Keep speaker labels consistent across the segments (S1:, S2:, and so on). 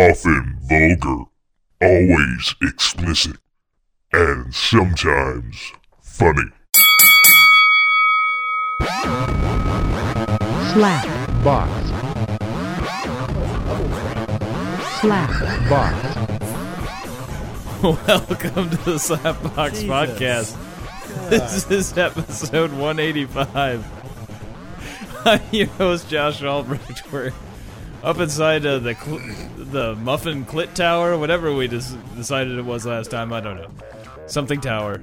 S1: often vulgar, always explicit, and sometimes funny.
S2: slap,
S3: box,
S2: slap,
S3: box.
S4: Welcome to the Slapbox Podcast. This is episode 185. I'm your host, Josh Albrecht. We're up inside uh, the cl- the Muffin Clit Tower, whatever we des- decided it was last time. I don't know. Something Tower.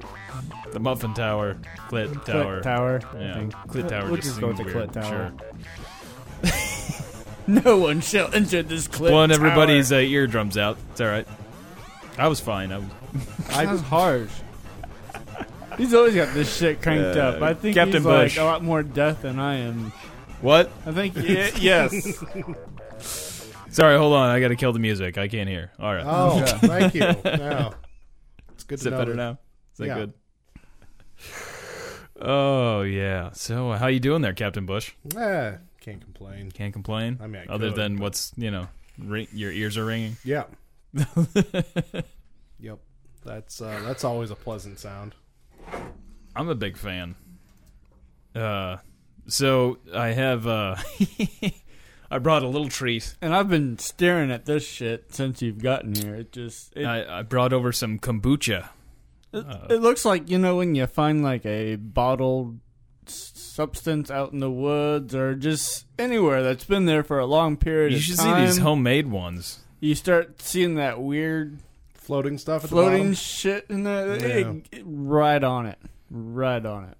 S4: The Muffin Tower. Clit Tower.
S5: Clit Tower. I
S4: Yeah.
S5: think.
S4: Clit Tower.
S5: We'll
S4: just
S5: just go with the
S4: seemed weird.
S5: Clit Tower.
S4: Sure.
S5: No one shall enter this Clit
S4: Blowing
S5: Tower.
S4: everybody's uh, eardrums out. It's all right. I was fine. I was
S5: I was harsh. He's always got this shit cranked
S4: Uh,
S5: up. I think
S4: Captain
S5: he's
S4: Bush.
S5: like a lot more death than I am.
S4: what?
S5: I think y- yes.
S4: Sorry, hold on. I got to kill the music. I can't hear. All right.
S3: Oh, thank you. Wow. It's good
S4: Is
S3: to
S4: it
S3: know.
S4: better
S3: that-
S4: now? Is that
S3: Yeah.
S4: good? Oh yeah. So uh, how you doing there, Captain Bush?
S3: Ah, can't complain.
S4: Can't complain.
S3: I mean, I
S4: other
S3: could,
S4: than what's you know, ring, your ears are ringing.
S3: Yeah. yep. That's uh, that's always a pleasant sound.
S4: I'm a big fan. Uh, so I have uh, I brought a little treat.
S5: and I've been staring at this shit since you've gotten here. It just it,
S4: I, I brought over some kombucha.
S5: it, it looks like you know when you find like a bottled s- substance out in the woods or just anywhere that's been there for a long period
S4: You
S5: of
S4: should see
S5: time.
S4: these homemade ones.
S5: you start seeing that weird
S3: Floating stuff at the
S5: floating
S3: bottom.
S5: shit in there.
S3: Yeah.
S5: It- it- right on it. Right on it.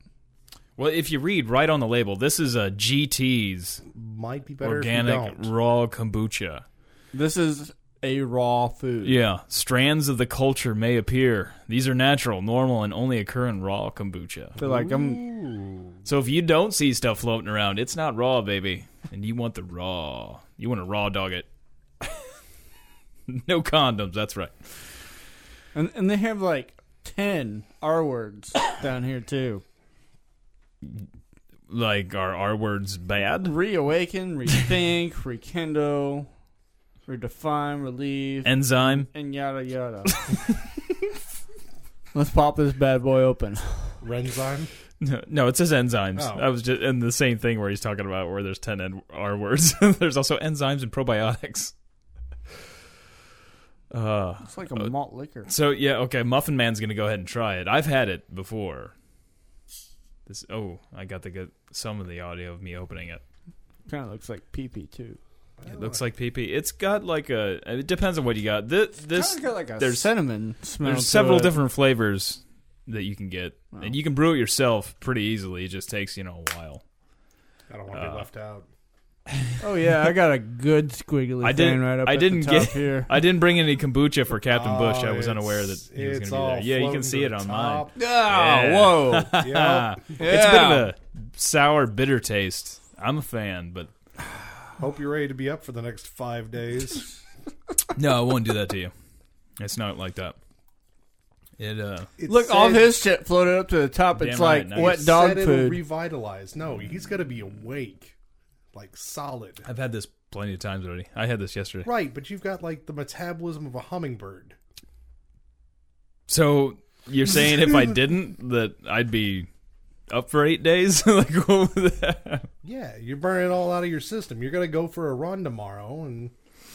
S4: Well, if you read right on the label, this is a GT's
S3: Might be better if you
S4: organic
S3: don't.
S4: raw kombucha.
S5: This is a raw food.
S4: Yeah, strands of the culture may appear. These are natural, normal, and only occur in raw kombucha.
S5: So like I'm
S3: Ooh.
S4: So if you don't see stuff floating around, it's not raw, baby. And you want the raw. You want to raw dog it. no condoms, that's right.
S5: and, and they have like ten R words down here too.
S4: Like, are our words bad?
S5: Reawaken, rethink, rekindle, redefine, relieve, and,
S4: Enzyme?
S5: yada yada. Let's pop this bad boy open.
S3: Renzyme.
S4: No, no, it says enzymes.
S3: Oh.
S4: I was just in the same thing where he's talking about where there's 10 en- R words. there's also enzymes and probiotics. Uh,
S5: It's like a malt liquor.
S4: So yeah, okay, Muffin Man's gonna go ahead and try it. I've had it before. This oh, I got to get some of the audio of me opening it.
S5: Kind of looks like pee pee too.
S4: It looks like pee pee. It's got like a. It depends on what you got. This this
S5: Kinda got like a
S4: there's-
S5: cinnamon smell.
S4: there's
S5: to
S4: several
S5: it.
S4: different flavors that you can get,
S5: Wow.
S4: and you can brew it yourself pretty easily. It just takes you know a while.
S3: I don't want to
S4: Uh,
S3: be left out.
S5: Oh yeah, I got a good squiggly
S4: I
S5: thing
S4: didn't-
S5: right up
S4: I
S5: at
S4: didn't
S5: the top
S4: get-
S5: here.
S4: I didn't bring any kombucha for Captain Bush.
S3: Oh,
S4: I was
S3: it's-
S4: unaware that he was
S3: it's
S4: gonna
S3: all
S4: be there. Yeah, you
S3: floating
S4: can see
S3: to
S4: it
S3: the
S4: on mine.
S3: top.
S4: Yeah.
S5: Ah, whoa!
S3: Yep.
S4: It's a bit of a sour, bitter taste. I'm a fan, but
S3: Hope you're ready to be up for the next five days.
S4: No, I won't do that to you. It's not like that. It uh
S3: It
S5: Look, all
S3: said-
S5: his shit floated up to the top.
S4: Damn
S5: it's
S4: right,
S5: like
S4: nice.
S5: wet
S3: said
S5: dog
S3: it'll
S5: food.
S3: Revitalize. No, he's got to be awake, like solid.
S4: I've had this plenty of times already. I had this yesterday.
S3: Right, but you've got like the metabolism of a hummingbird.
S4: So you're saying if I didn't that I'd be up for 8 days like what was that?
S3: Yeah, you're burning it all out of your system. You're gonna go for a run tomorrow, and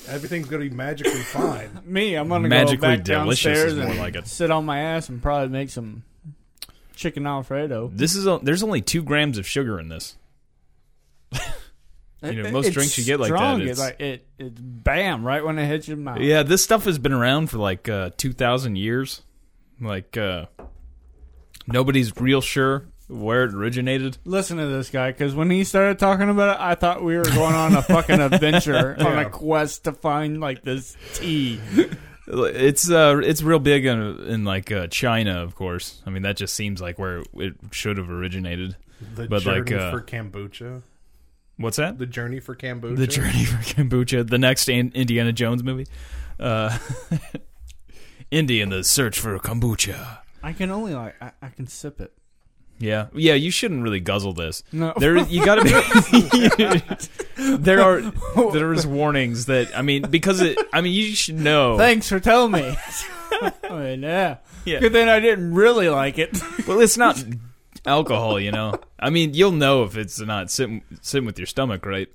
S3: everything's gonna be magically fine.
S5: Me, I'm gonna
S4: Magically
S5: go back
S4: delicious is
S5: downstairs
S4: more
S5: and
S4: like it.
S5: sit on my ass and probably make some chicken alfredo.
S4: This is o- there's only 2 grams of sugar in this. You know, most
S5: It's
S4: drinks you get like that,
S5: strong.
S4: it's-
S5: It's like it, it's bam right when it hits your mouth.
S4: Yeah, this stuff has been around for like uh 2000 years. Like uh nobody's real sure where it originated.
S5: Listen to this guy, because when he started talking about it, I thought we were going on a fucking adventure on
S3: Yeah.
S5: a quest to find like this tea.
S4: It's uh, it's real big in, in like uh, China, of course. I mean, that just seems like where it should have originated.
S3: The
S4: But,
S3: journey
S4: like, uh,
S3: for kombucha.
S4: What's that?
S3: The journey for kombucha.
S4: The Journey for Kombucha, the next in- Indiana Jones movie. Uh, Indy and the Search for Kombucha.
S5: I can only like I, I can sip it.
S4: Yeah, yeah. You shouldn't really guzzle this.
S5: No.
S4: there you got to be. there are there is warnings that I mean because it. I mean you should know.
S5: Thanks for telling me. I mean, yeah.
S4: Yeah.
S5: Good thing I didn't really like it.
S4: well, it's not alcohol, you know. I mean, you'll know if it's not sitting sitting with your stomach, right?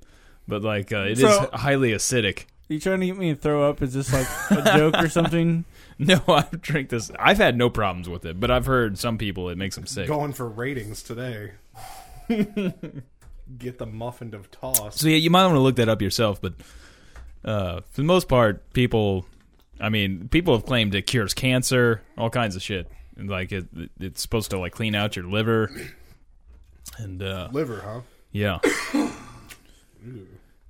S4: But like, uh, it is
S5: So-
S4: highly acidic.
S5: you trying to get me to throw up? Is this like a joke or something?
S4: No, I've drank this. I've had no problems with it, but I've heard some people it makes them sick.
S3: Going for ratings today. Get the muffin of toss.
S4: So yeah, you might want to look that up yourself. But uh, for the most part, people, I mean, people have claimed it cures cancer, all kinds of shit. And, Like it, it's supposed to like clean out your liver, and uh,
S3: Liver, huh?
S4: yeah,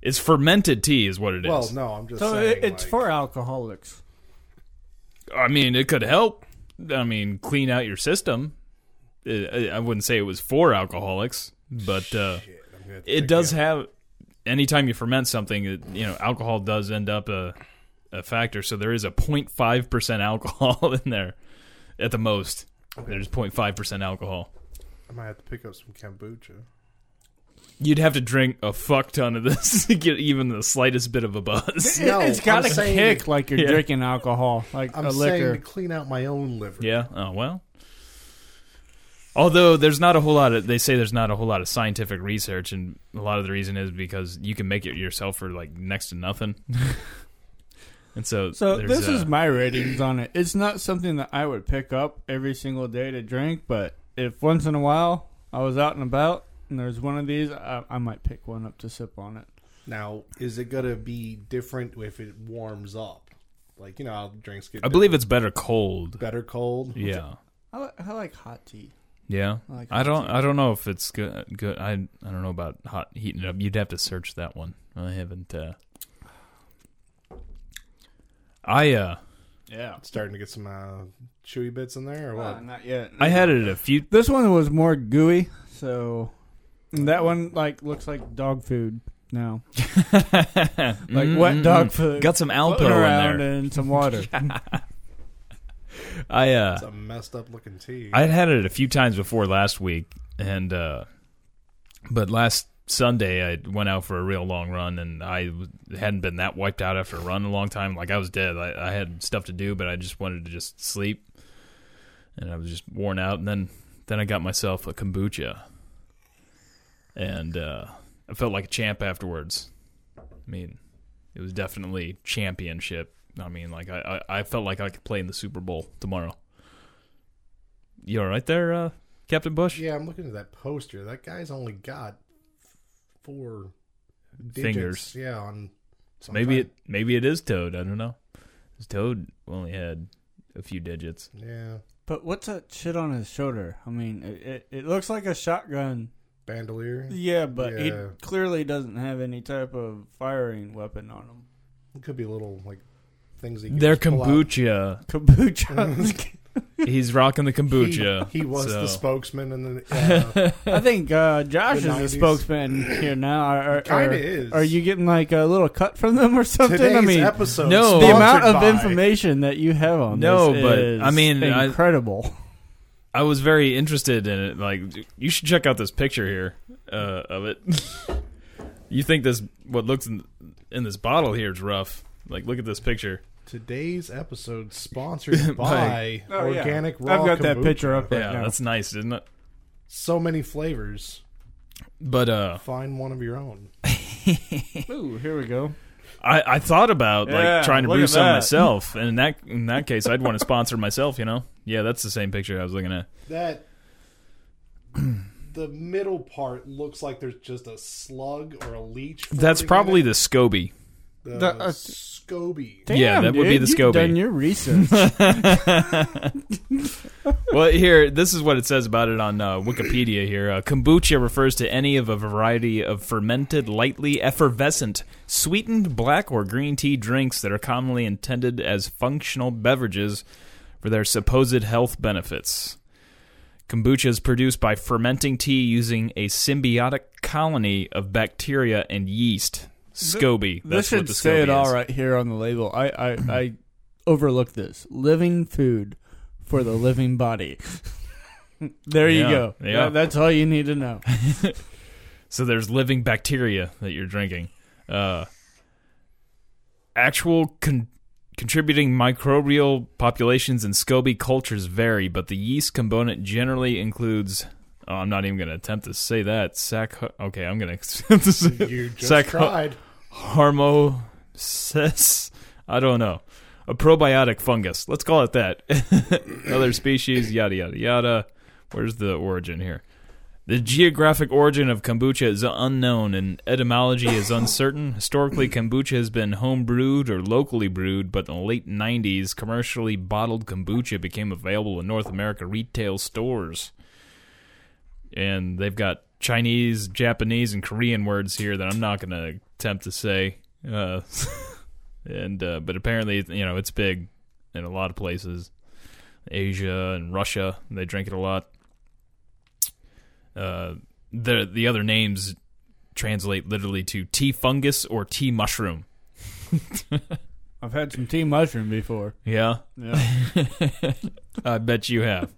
S4: it's fermented tea, is what it is.
S3: Well, no, I'm just
S5: So
S3: saying.
S5: it, it's
S3: like,
S5: for alcoholics.
S4: I mean, it could help. I mean, clean out your system. Uh, I I wouldn't say it was for alcoholics, but uh,
S3: I'm gonna
S4: it
S3: check
S4: does
S3: out.
S4: have. Anytime you ferment something, it, you know, alcohol does end up a, a factor. So there is a 0.5 percent alcohol in there, at the most. There's 0.5 percent alcohol.
S3: I might have to pick up some kombucha.
S4: You'd have to drink a fuck ton of this to get even the slightest bit of a buzz.
S3: No,
S5: it's got
S3: I'm
S5: to
S3: saying-
S5: kick like you're
S4: Yeah.
S5: drinking alcohol, like
S3: I'm
S5: a
S3: saying
S5: liquor.
S3: to clean out my own liver.
S4: Yeah. Oh well. Although there's not a whole lot of, they say there's not a whole lot of scientific research, and a lot of the reason is because you can make it yourself for like next to nothing. and so,
S5: So
S4: there's,
S5: this
S4: uh,
S5: is my ratings on it. It's not something that I would pick up every single day to drink, but if once in a while I was out and about and there's one of these, I, I might pick one up to sip on it.
S3: Now, is it gonna be different if it warms up? Like you know, how drinks get
S4: I believe it's better cold.
S3: better cold.
S4: Yeah.
S5: I, li- I like hot tea.
S4: Yeah.
S5: I like
S4: I don't. I don't know if it's good. Good. I. I don't know about hot heating it up. You'd have to search that one. I haven't. uh I uh
S5: Yeah.
S3: Starting to get some uh, chewy bits in there, or what?
S5: not yet.
S4: I had it a few.
S5: this one was more gooey, so and that one like looks like dog food now, like wet dog food.
S4: Mm-hmm, Got some Alpo
S5: floating
S4: in
S5: around
S4: there.
S5: and some water.
S4: I uh
S3: It's a messed up looking tea.
S4: I had had it a few times before last week, and uh, but last Sunday I went out for a real long run, and I w- hadn't been that wiped out after a run in a long time. Like I was dead. I, I had stuff to do, but I just wanted to just sleep, and I was just worn out. And then then I got myself a kombucha, and uh, I felt like a champ afterwards. I mean, it was definitely championship. I mean, like I, I, I felt like I could play in the Super Bowl tomorrow. You all right there, uh, Captain Bush?
S3: yeah, I'm looking at that poster. That guy's only got four digits,
S4: Fingers.
S3: Yeah, on
S4: So maybe it
S3: sometime-
S4: maybe it is Toad. I don't know. 'Cause Toad only had a few digits.
S3: Yeah,
S5: but what's that shit on his shoulder? I mean, it, it, it looks like a shotgun.
S3: bandolier.
S5: Yeah, but he
S3: Yeah.
S5: clearly doesn't have any type of firing weapon on him.
S3: It could be little like things. He can
S4: Their
S3: just pull out.
S4: kombucha.
S5: Kombucha.
S4: He's rocking the
S3: He-
S4: kombucha.
S3: He, was
S4: so-
S3: the spokesman, and then uh,
S5: I think uh, Josh
S3: The
S5: is the
S3: 90s.
S5: spokesman here now. Are, are,
S3: Kinda
S5: are-
S3: is.
S5: Are you getting like a little cut from them or something?
S3: today's
S5: I mean,
S3: episode.
S4: No.
S5: the amount
S3: sponsored
S5: of
S3: by-
S5: information that you have on
S4: No,
S5: this
S4: but,
S5: is
S4: I mean, I-
S5: incredible.
S4: I was very interested in it. Like you should check out this picture here uh, of it. you think this what looks in, in this bottle here is rough? Like look at this picture.
S3: Today's episode sponsored by
S4: By-
S5: Oh, yeah.
S3: Organic Raw.
S5: I've got that
S3: Kombucha.
S5: picture up right
S4: Yeah,
S5: now.
S4: that's nice, isn't it?
S3: So many flavors.
S4: But uh,
S3: Find one of your own.
S5: Ooh, here we go.
S4: I, I thought about
S5: Yeah,
S4: like trying to
S5: look
S4: brew
S5: at
S4: some
S5: that.
S4: myself, and in that in that case, I'd want to sponsor myself. You know, yeah, that's the same picture I was looking at.
S3: That the middle part looks like there's just a slug or a leech. floating
S4: That's
S3: in
S4: probably
S3: it.
S4: the Scoby.
S3: the,
S5: the- uh,
S3: scoby.
S4: Yeah,
S5: Damn,
S4: that would be
S5: dude,
S4: the
S5: you've
S4: Scoby.
S5: Done your research.
S4: Well, here, this is what it says about it on uh, Wikipedia. Here, uh, kombucha refers to any of a variety of fermented, lightly effervescent, sweetened black or green tea drinks that are commonly intended as functional beverages for their supposed health benefits. Kombucha is produced by fermenting tea using a symbiotic colony of bacteria and yeast. SCOBY.
S5: this
S4: That's what
S5: should
S4: the
S5: say
S4: SCOBY
S5: it all
S4: is.
S5: right here on the label. I, I, I overlooked this. Living food for the living body. There you
S4: Yeah,
S5: go.
S4: yeah.
S5: That- that's all you need to know.
S4: So there's living bacteria that you're drinking. Uh, actual con- contributing microbial populations in SCOBY cultures vary, but the yeast component generally includes. Oh, I'm not even going to attempt to say that. Sac. Okay, I'm going to attempt to say it.
S3: You just
S4: Sac-
S3: tried.
S4: Harmosis. I don't know. A probiotic fungus. Let's call it that. Other species, yada, yada, yada. Where's the origin here? The geographic origin of kombucha is unknown and etymology is uncertain. Historically, kombucha has been home brewed or locally brewed, but in the late 90s, commercially bottled kombucha became available in North America retail stores. And they've got Chinese, Japanese, and Korean words here that I'm not going to attempt to say. Uh, and uh, but apparently, you know, it's big in a lot of places, Asia and Russia. They drink it a lot uh, the the other names translate literally to tea fungus or tea mushroom.
S5: I've had some tea mushroom before.
S4: Yeah,
S5: Yeah.
S4: I bet you have.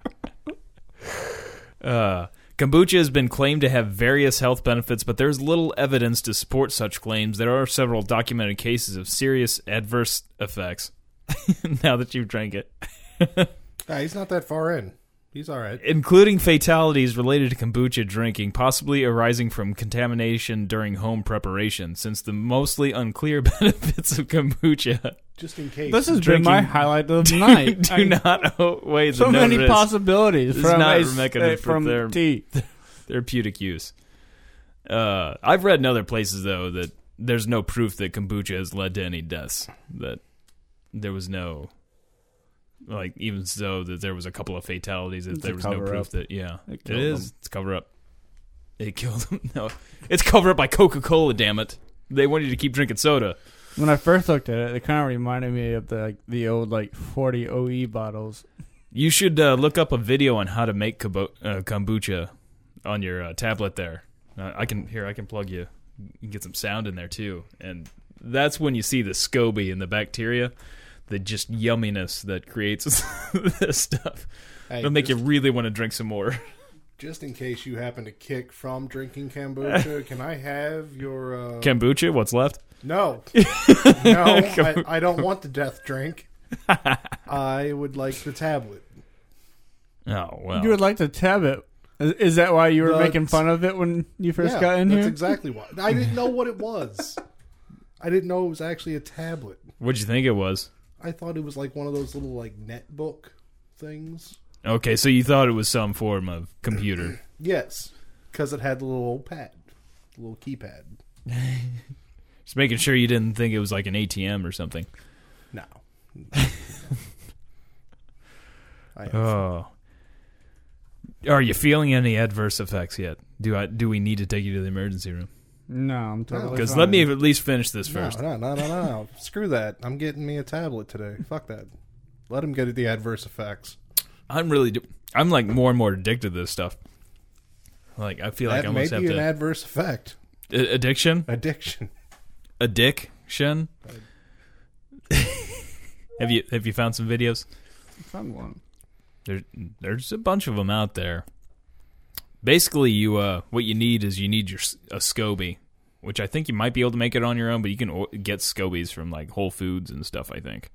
S4: uh, kombucha has been claimed to have various health benefits, but there's little evidence to support such claims. There are several documented cases of serious adverse effects. now that you've drank it,
S3: Nah, he's not that far in. He's all right.
S4: including fatalities related to kombucha drinking, possibly arising from contamination during home preparation, since the mostly unclear benefits of kombucha
S3: Just in case.
S5: this has
S4: Drinking-
S5: been my highlight of the night.
S4: do
S5: I-
S4: not outweigh the
S5: so
S4: known
S5: many
S4: risk.
S5: possibilities
S4: This is
S5: from,
S4: not
S5: a-
S4: Rebecca
S5: uh, from
S4: Newford,
S5: tea.
S4: therapeutic use. Uh, I've read in other places though that there's no proof that kombucha has led to any deaths. That there was no, like even so that there was a couple of fatalities. That
S5: It's a
S4: there was no
S5: cover-up.
S4: proof that yeah,
S5: It
S4: it
S5: killed
S4: is.
S5: them.
S4: It's cover up. It killed them. No, it's covered up by Coca Cola. Damn it! They wanted you to keep drinking soda.
S5: When I first looked at it, it kind of reminded me of the like, the old like 40 OE bottles.
S4: You should uh, look up a video on how to make kabo- uh, kombucha on your uh, tablet. There, uh, I can here I can plug you. You can get some sound in there too, and that's when you see the scoby and the bacteria, the just yumminess that creates this stuff.
S3: Hey,
S4: It'll make you
S3: just,
S4: really want to drink some more.
S3: Just in case you happen to kick from drinking kombucha, can I have your? Uh,
S4: Kombucha, what's left?
S3: no, no, I, I don't want the death drink. I would like the tablet.
S4: Oh well,
S5: You would like to tab it. Is, is that why you were
S3: That's-
S5: making fun of it when you first
S3: Yeah,
S5: got in
S3: that's
S5: here?
S3: exactly why. I didn't know what it was. I didn't know it was actually a tablet.
S4: what'd you think it was?
S3: I thought it was like one of those little like netbook things.
S4: Okay, so you thought it was some form of computer.
S3: Yes, because it had the little old pad, the little keypad.
S4: Just making sure you didn't think it was like an ATM or something.
S3: No. I have-
S4: Oh. Are you feeling any adverse effects yet? Do I do we need to take you to the emergency room?
S5: No, I'm totally.
S4: Because
S5: fine.
S4: let me at least finish this first.
S3: No, no, no, no, no. Screw that. I'm getting me a tablet today. Fuck that. Let him get the adverse effects.
S4: I'm really do- I'm like more and more addicted to this stuff. Like I feel like I
S3: that may
S4: almost have
S3: be an
S4: to
S3: adverse effect.
S4: A- addiction,
S3: Addiction.
S4: addiction. have you have you found some videos?
S5: Found one.
S4: There, there's a bunch of them out there. Basically, you uh, what you need is you need your s- a SCOBY, which I think you might be able to make it on your own, but you can o- get SCOBYs from like Whole Foods and stuff. I think.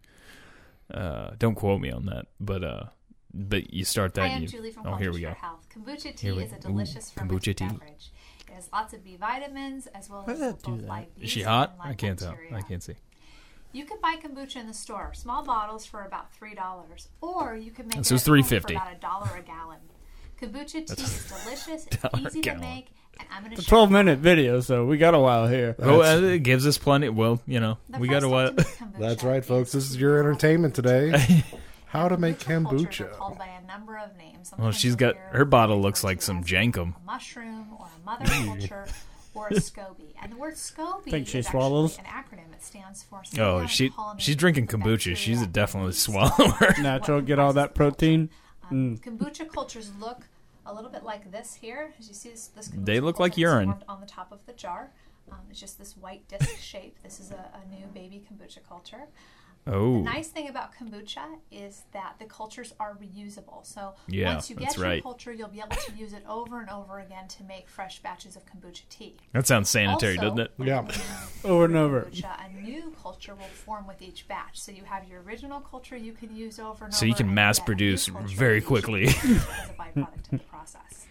S4: Uh, don't quote me on that, but uh, but you start that.
S6: Hi, I'm
S4: you,
S6: Julie from
S4: oh,
S6: Healthy
S4: here we
S6: for
S4: go.
S6: Health. Kombucha tea
S4: Here we-
S6: is a
S4: ooh,
S6: delicious
S4: kombucha
S6: fermented
S4: tea.
S6: beverage. It has lots of B vitamins as well as
S5: does that do
S6: both
S5: that?
S6: live
S4: Is
S6: yeast
S4: she hot?
S6: and live
S4: I can't tell.
S6: bacteria.
S4: I can't see.
S6: You can buy kombucha in the store, small bottles for about three dollars, or you can make
S4: This
S6: it
S4: was
S6: at home
S4: $3.50.
S6: for about a dollar a gallon. Kombucha tea is delicious, it's
S4: Dollar
S6: easy
S4: gallon.
S6: to make, and I'm going to
S5: It's a 12 minute video, so we got a while here.
S4: Oh, uh, it gives us plenty. Well, you know,
S6: The
S4: we got a
S6: first
S4: while.
S6: step to make kombucha
S3: That's right,
S6: is
S3: folks. This is
S6: to
S3: your
S6: develop
S3: entertainment today. How to make
S6: Kombucha cultures are
S3: kombucha.
S6: Called by a number of names.
S4: Well,
S6: Sometimes
S4: she's
S6: you'll
S4: got-
S6: hear
S4: her bottle
S6: referred
S4: looks like
S6: to
S4: some
S6: as
S4: jankum.
S6: A mushroom or a mother culture or a SCOBY. And the word SCOBY
S5: Think she
S6: is
S5: swallows?
S6: actually an acronym. It stands for
S4: Oh,
S6: Symbiotic
S4: she
S6: Pollination
S4: she's drinking kombucha.
S6: Bacteria
S4: She's a
S6: and
S4: definitely
S6: Yeast.
S4: swallower.
S5: Natural, get all that protein. Mm.
S6: Um, Kombucha cultures look a little bit like this here. As you see, this, this kombucha
S4: They look like
S6: culture is
S4: urine.
S6: formed on the top of the jar. Um, it's just this white disc shape. This is a, a new baby kombucha culture.
S4: Oh,
S6: Nice thing about kombucha is that the cultures are reusable. So
S4: Yeah,
S6: once you get
S4: that's
S6: your
S4: right.
S6: culture, you'll be able to use it over and over again to make fresh batches of kombucha tea.
S4: that sounds sanitary,
S6: Also-
S4: doesn't it?
S3: Yeah.
S5: Over and over.
S6: Kombucha, a new culture will form with each batch. So you have your original culture you can use over and over.
S4: So you can
S6: and
S4: mass
S6: get a new
S4: produce
S6: culture
S4: very
S6: each
S4: quickly.
S6: as a byproduct of the process.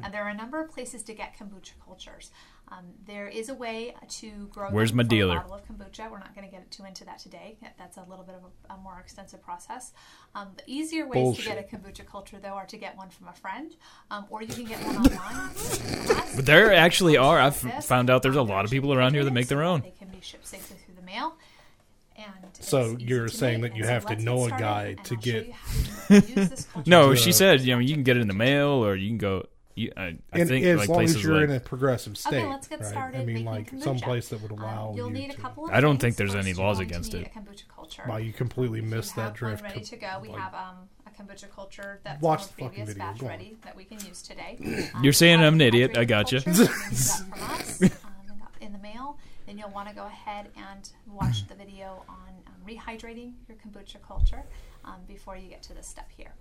S6: And there are a number of places to get kombucha cultures. Um, there is a way to grow.
S4: Where's
S6: them
S4: my
S6: from
S4: dealer?
S6: A bottle of kombucha. We're not going to get too into that today. That- That's a little bit of a, a more extensive process. Um, the easier ways to get a kombucha culture, though, are to get one from a friend, um, or you can get one online.
S4: But there actually are. I've found out there's a lot of people around here that make their own.
S6: They can be shipped safely through the mail. And
S3: So
S6: it's easy
S3: you're
S6: to
S3: saying
S6: make.
S3: that you
S6: And so
S3: have to
S6: let's get
S3: know a
S6: started,
S3: guy
S6: and
S3: to
S6: I'll show
S3: get-
S6: you how you can use this culture
S4: No,
S6: to
S4: she said, you know, you can get it in the mail or you can go. You, I, I
S3: And
S4: think
S3: as
S4: like
S3: long
S4: places
S3: as you're
S4: like,
S3: in a progressive state,
S6: Okay, let's get
S3: right?
S6: started.
S3: I mean,
S6: making
S3: like
S6: kombucha.
S3: some place that would
S6: Um,
S3: allow
S6: you'll
S3: you
S6: need a
S3: to-
S6: couple of
S4: I don't
S6: things.
S4: think there's
S6: First,
S4: any
S6: you're
S4: laws
S6: going to
S4: against
S6: need
S4: it.
S6: A kombucha culture.
S3: Wow, you completely
S6: We
S3: missed
S6: have
S3: that drift.
S6: One ready to go. We have um, a kombucha culture that's
S3: Watch the
S6: from
S3: fucking
S6: a previous
S3: video,
S6: batch
S3: go on.
S6: ready that we can use today. Um,
S4: You're saying
S6: have
S4: I'm an
S6: the
S4: idiot.
S6: hydrated
S4: I gotcha.
S6: culture that you got from us, um, and up in the mail, then you'll want to go ahead and watch the video on um, rehydrating your kombucha culture um, before you get to this step here.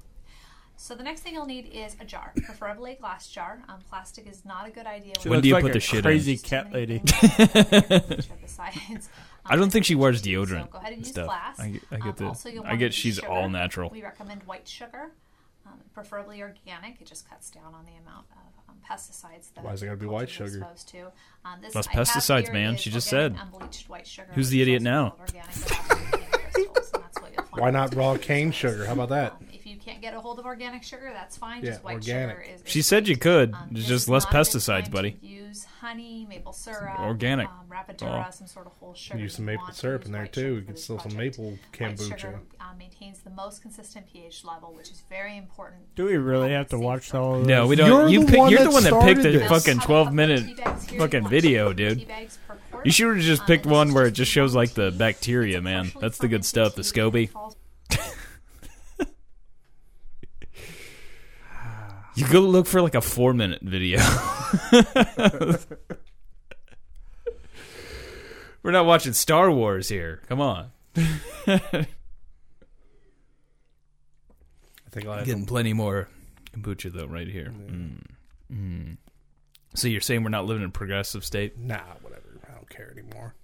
S6: So the next thing you'll need is a jar, preferably a glass jar. Um, plastic is not a good idea.
S5: She
S4: When
S5: looks
S4: do you
S5: like
S4: put
S5: a
S4: the shit in?
S5: crazy
S6: There's
S5: cat
S6: too many
S5: lady.
S6: things. Besides,
S4: I don't think she wears
S6: Um, so
S4: deodorant
S6: go ahead and
S4: and
S6: use
S4: stuff.
S6: glass.
S4: I get, I get
S6: um,
S4: the,
S6: also, you'll
S4: I
S6: want
S4: get she's
S6: sugar.
S4: all natural.
S6: We recommend white sugar, um, preferably organic. It just cuts down on the amount of um, pesticides that
S3: Why is it gotta be
S6: cultures
S3: white
S6: are
S3: sugar?
S6: exposed to. Um, this
S4: Less
S6: I have
S4: pesticides,
S6: here
S4: man.
S6: is
S4: She just
S6: organic
S4: said.
S6: unbleached white sugar,
S4: Who's the
S6: which is
S4: idiot
S6: also
S4: now?
S6: called organic without any crystals, and that's what you'll find
S3: Why
S6: in
S3: not
S6: the
S3: raw
S6: tea.
S3: cane sugar? How about that?
S6: Um, if you can't get a hold of organic sugar, that's fine.
S3: Yeah,
S6: just white
S3: organic.
S6: sugar is. is
S4: She said you could.
S6: um,
S4: It's
S6: this
S4: just
S6: is
S4: less
S6: not a good
S4: pesticides,
S6: time
S4: buddy.
S6: to Use honey, maple syrup,
S4: Organic.
S6: um, rapadura,
S4: Oh.
S6: some sort of whole sugar.
S3: Use some
S6: You
S3: maple
S6: want to
S3: syrup
S6: use
S3: in there,
S6: white
S3: too.
S6: sugar
S3: You
S6: for
S3: can
S6: this
S3: sell some
S6: project.
S3: maple
S6: White
S3: kombucha.
S6: sugar, uh, maintains the most consistent pH level, which is very important.
S5: Do we really have to
S6: Safe
S5: watch
S6: for-
S5: all of
S4: No,
S5: this?
S4: we don't.
S3: You're
S4: you
S3: the
S4: pick,
S3: one
S4: you're
S3: that
S4: the one that
S3: started
S4: picked the
S3: this.
S4: fucking
S6: Have a
S4: 12
S6: couple
S4: minute
S6: tea bags here. You
S4: fucking
S6: want
S4: video,
S6: tea
S4: dude.
S6: bags per quart.
S4: You should have just
S6: Um,
S4: picked
S6: this
S4: one
S6: is
S4: where it
S6: just
S4: just shows like the
S6: tea.
S4: bacteria,
S6: It's a
S4: man.
S6: partially
S4: That's the good stuff,
S6: fermented
S4: the
S6: tea that
S4: SCOBY.
S6: falls
S4: You go look for like a four minute video. We're not watching Star Wars here. Come on.
S3: I think I'll have
S4: Getting plenty more kombucha though, right here. Mm. Mm. So you're saying we're not living in a progressive state?
S3: to- Nah, whatever. I don't care anymore.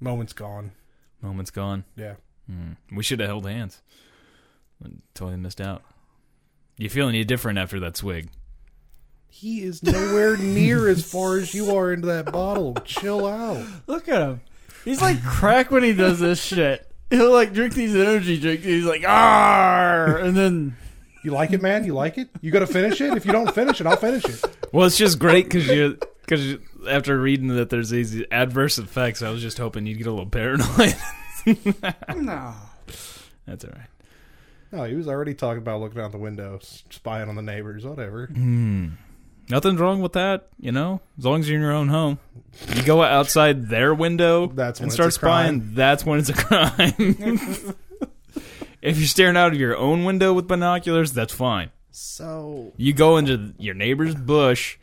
S3: Moment's gone.
S4: Moment's gone.
S3: Yeah.
S4: Mm. We should have held hands. Totally missed out. You feel any different after that swig?
S3: He is nowhere near as far as you are into that bottle. Chill out.
S5: Look at him. He's like crack when he does this shit. He'll like drink these energy drinks. He's like, ah, and then
S3: You like it, man? You like it? You gonna finish it? If you don't finish it, I'll finish it.
S4: Well, it's just great because you because after reading that there's these adverse effects, I was just hoping you'd get a little paranoid.
S5: no.
S4: That's all right.
S3: No, he was already talking about looking out the window, s- spying on the neighbors, whatever.
S4: Mm. Nothing's wrong with that, you know. As long as you're in your own home, you go outside their window
S3: That's when
S4: and
S3: it's
S4: start
S3: a crime.
S4: spying. That's when it's a crime. if you're staring out of your own window with binoculars, that's fine.
S3: So
S4: You go into your neighbor's bush,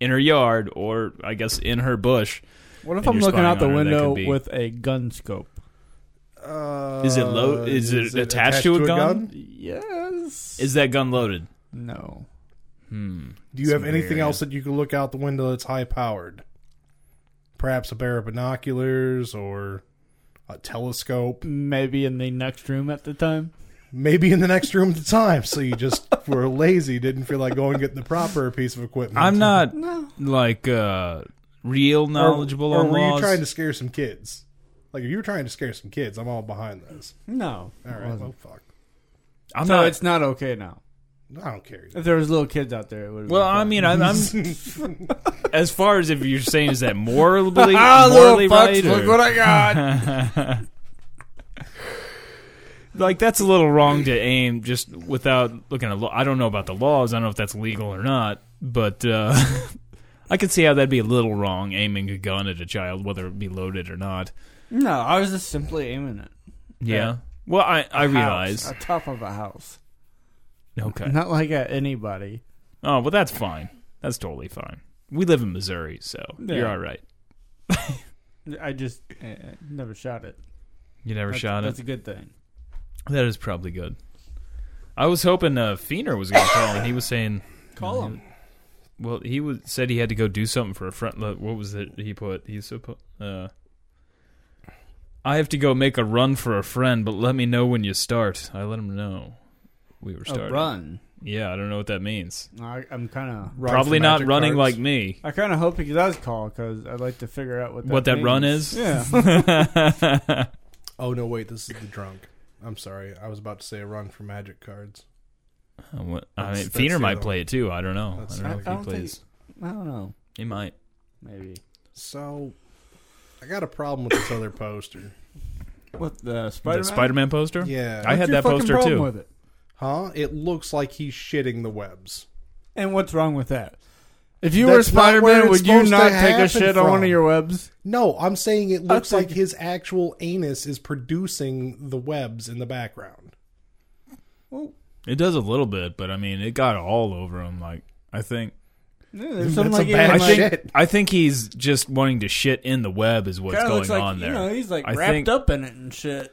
S4: in her yard, or I guess in her bush.
S5: What if
S4: And
S5: I'm
S4: you're
S5: looking
S4: spying
S5: out the
S4: on her, that
S5: window
S4: could be-
S5: with a gun scope?
S3: uh,
S4: Is it low? Is it, attached, to a, gun?
S5: Yes.
S4: Is that gun loaded?
S5: no.
S4: Hmm.
S3: Do you have
S4: It's
S3: anything
S4: weird.
S3: else that you can look out the window that's high powered? Perhaps a pair of binoculars or a telescope.
S5: Maybe in the next room at the time.
S3: Maybe in the next room at the time. So you just were lazy, didn't feel like going and getting the proper piece of equipment.
S4: I'm not
S5: No.
S4: like uh real
S3: Or-
S4: knowledgeable
S3: or
S4: on
S3: were
S4: laws.
S3: you trying to scare some kids? Like if you were trying to scare some kids, I'm all behind those.
S5: No.
S3: All right, well, fuck.
S4: I'm
S5: so
S4: not.
S5: it's not okay now.
S3: I don't care.
S5: If there was little kids out there, it would.
S4: well, I mean, I'm, I'm as far as if you're saying is that morally,
S5: ah,
S4: morally
S5: little fucks,
S4: right?
S5: look
S4: or-
S5: what I got.
S4: like that's a little wrong to aim just without looking at. Law. I don't know about the laws. I don't know if that's legal or not, but uh, I could see how that'd be a little wrong aiming a gun at a child, whether it be loaded or not.
S5: no, I was just simply aiming it.
S4: Yeah.
S5: Yeah.
S4: Well, I I
S5: House,
S4: realize.
S5: on top of a house,
S4: Okay.
S5: not like at anybody.
S4: Oh, well, that's fine. That's totally fine. We live in Missouri, so
S5: Yeah.
S4: you're all right.
S5: I just eh, eh, never shot it.
S4: You never
S5: That's,
S4: shot
S5: that's
S4: it.
S5: a good thing.
S4: That is probably good. I was hoping uh, Fiener was going to call, and he was saying,
S5: Call him.
S4: "Well, he was, said he had to go do something for a front. lo- What was it he put? He suppo- uh, I have to go make a run for a friend, but let me know when you start. I let him know we were starting.
S5: A run.
S4: Yeah, I don't know what that means.
S5: I, I'm kind of
S4: Probably not running like me.
S5: I kind of hope he does call because I'd like to figure out what that
S4: What that run
S5: means.
S4: is?
S5: Yeah,
S3: Oh no, wait, this is the drunk. I'm sorry, I was about to say a run for magic cards.
S4: What- I
S3: That's-
S4: mean,
S3: that's
S4: Fiener
S3: the
S4: might
S3: other
S4: play it too. I don't know. Oh, I
S3: That's
S4: don't
S3: the
S4: know
S3: other
S4: if
S5: one.
S4: he
S5: I don't
S4: plays.
S5: I don't know.
S4: He might.
S5: Maybe
S3: So, I got a problem with this other poster.
S5: what the Spider-Man.
S4: The Spider-Man poster.
S3: Yeah,
S4: I had
S5: What's your
S4: that
S5: fucking
S4: poster
S5: problem
S4: too.
S5: With it?
S3: huh? It looks like he's shitting the webs.
S5: And what's wrong with that? If you were
S3: That's not where
S5: Spider-Man,
S3: it's
S5: would you
S3: supposed to
S5: not take a
S3: happen
S5: shit on one
S3: from.
S5: of your webs?
S3: No, I'm saying it looks
S5: think-
S3: like his actual anus is producing the webs in the background.
S4: It does a little bit, but I mean, it got all over him. Like, I think,
S5: Yeah,
S3: That's
S5: there's something like
S3: a bad
S4: I
S5: it, like,
S3: shit.
S4: think, I think he's just wanting to shit in the web is what's
S5: kinda
S4: going
S5: looks like,
S4: on there.
S5: You know, he's like
S4: I
S5: wrapped
S4: think-
S5: up in it and shit.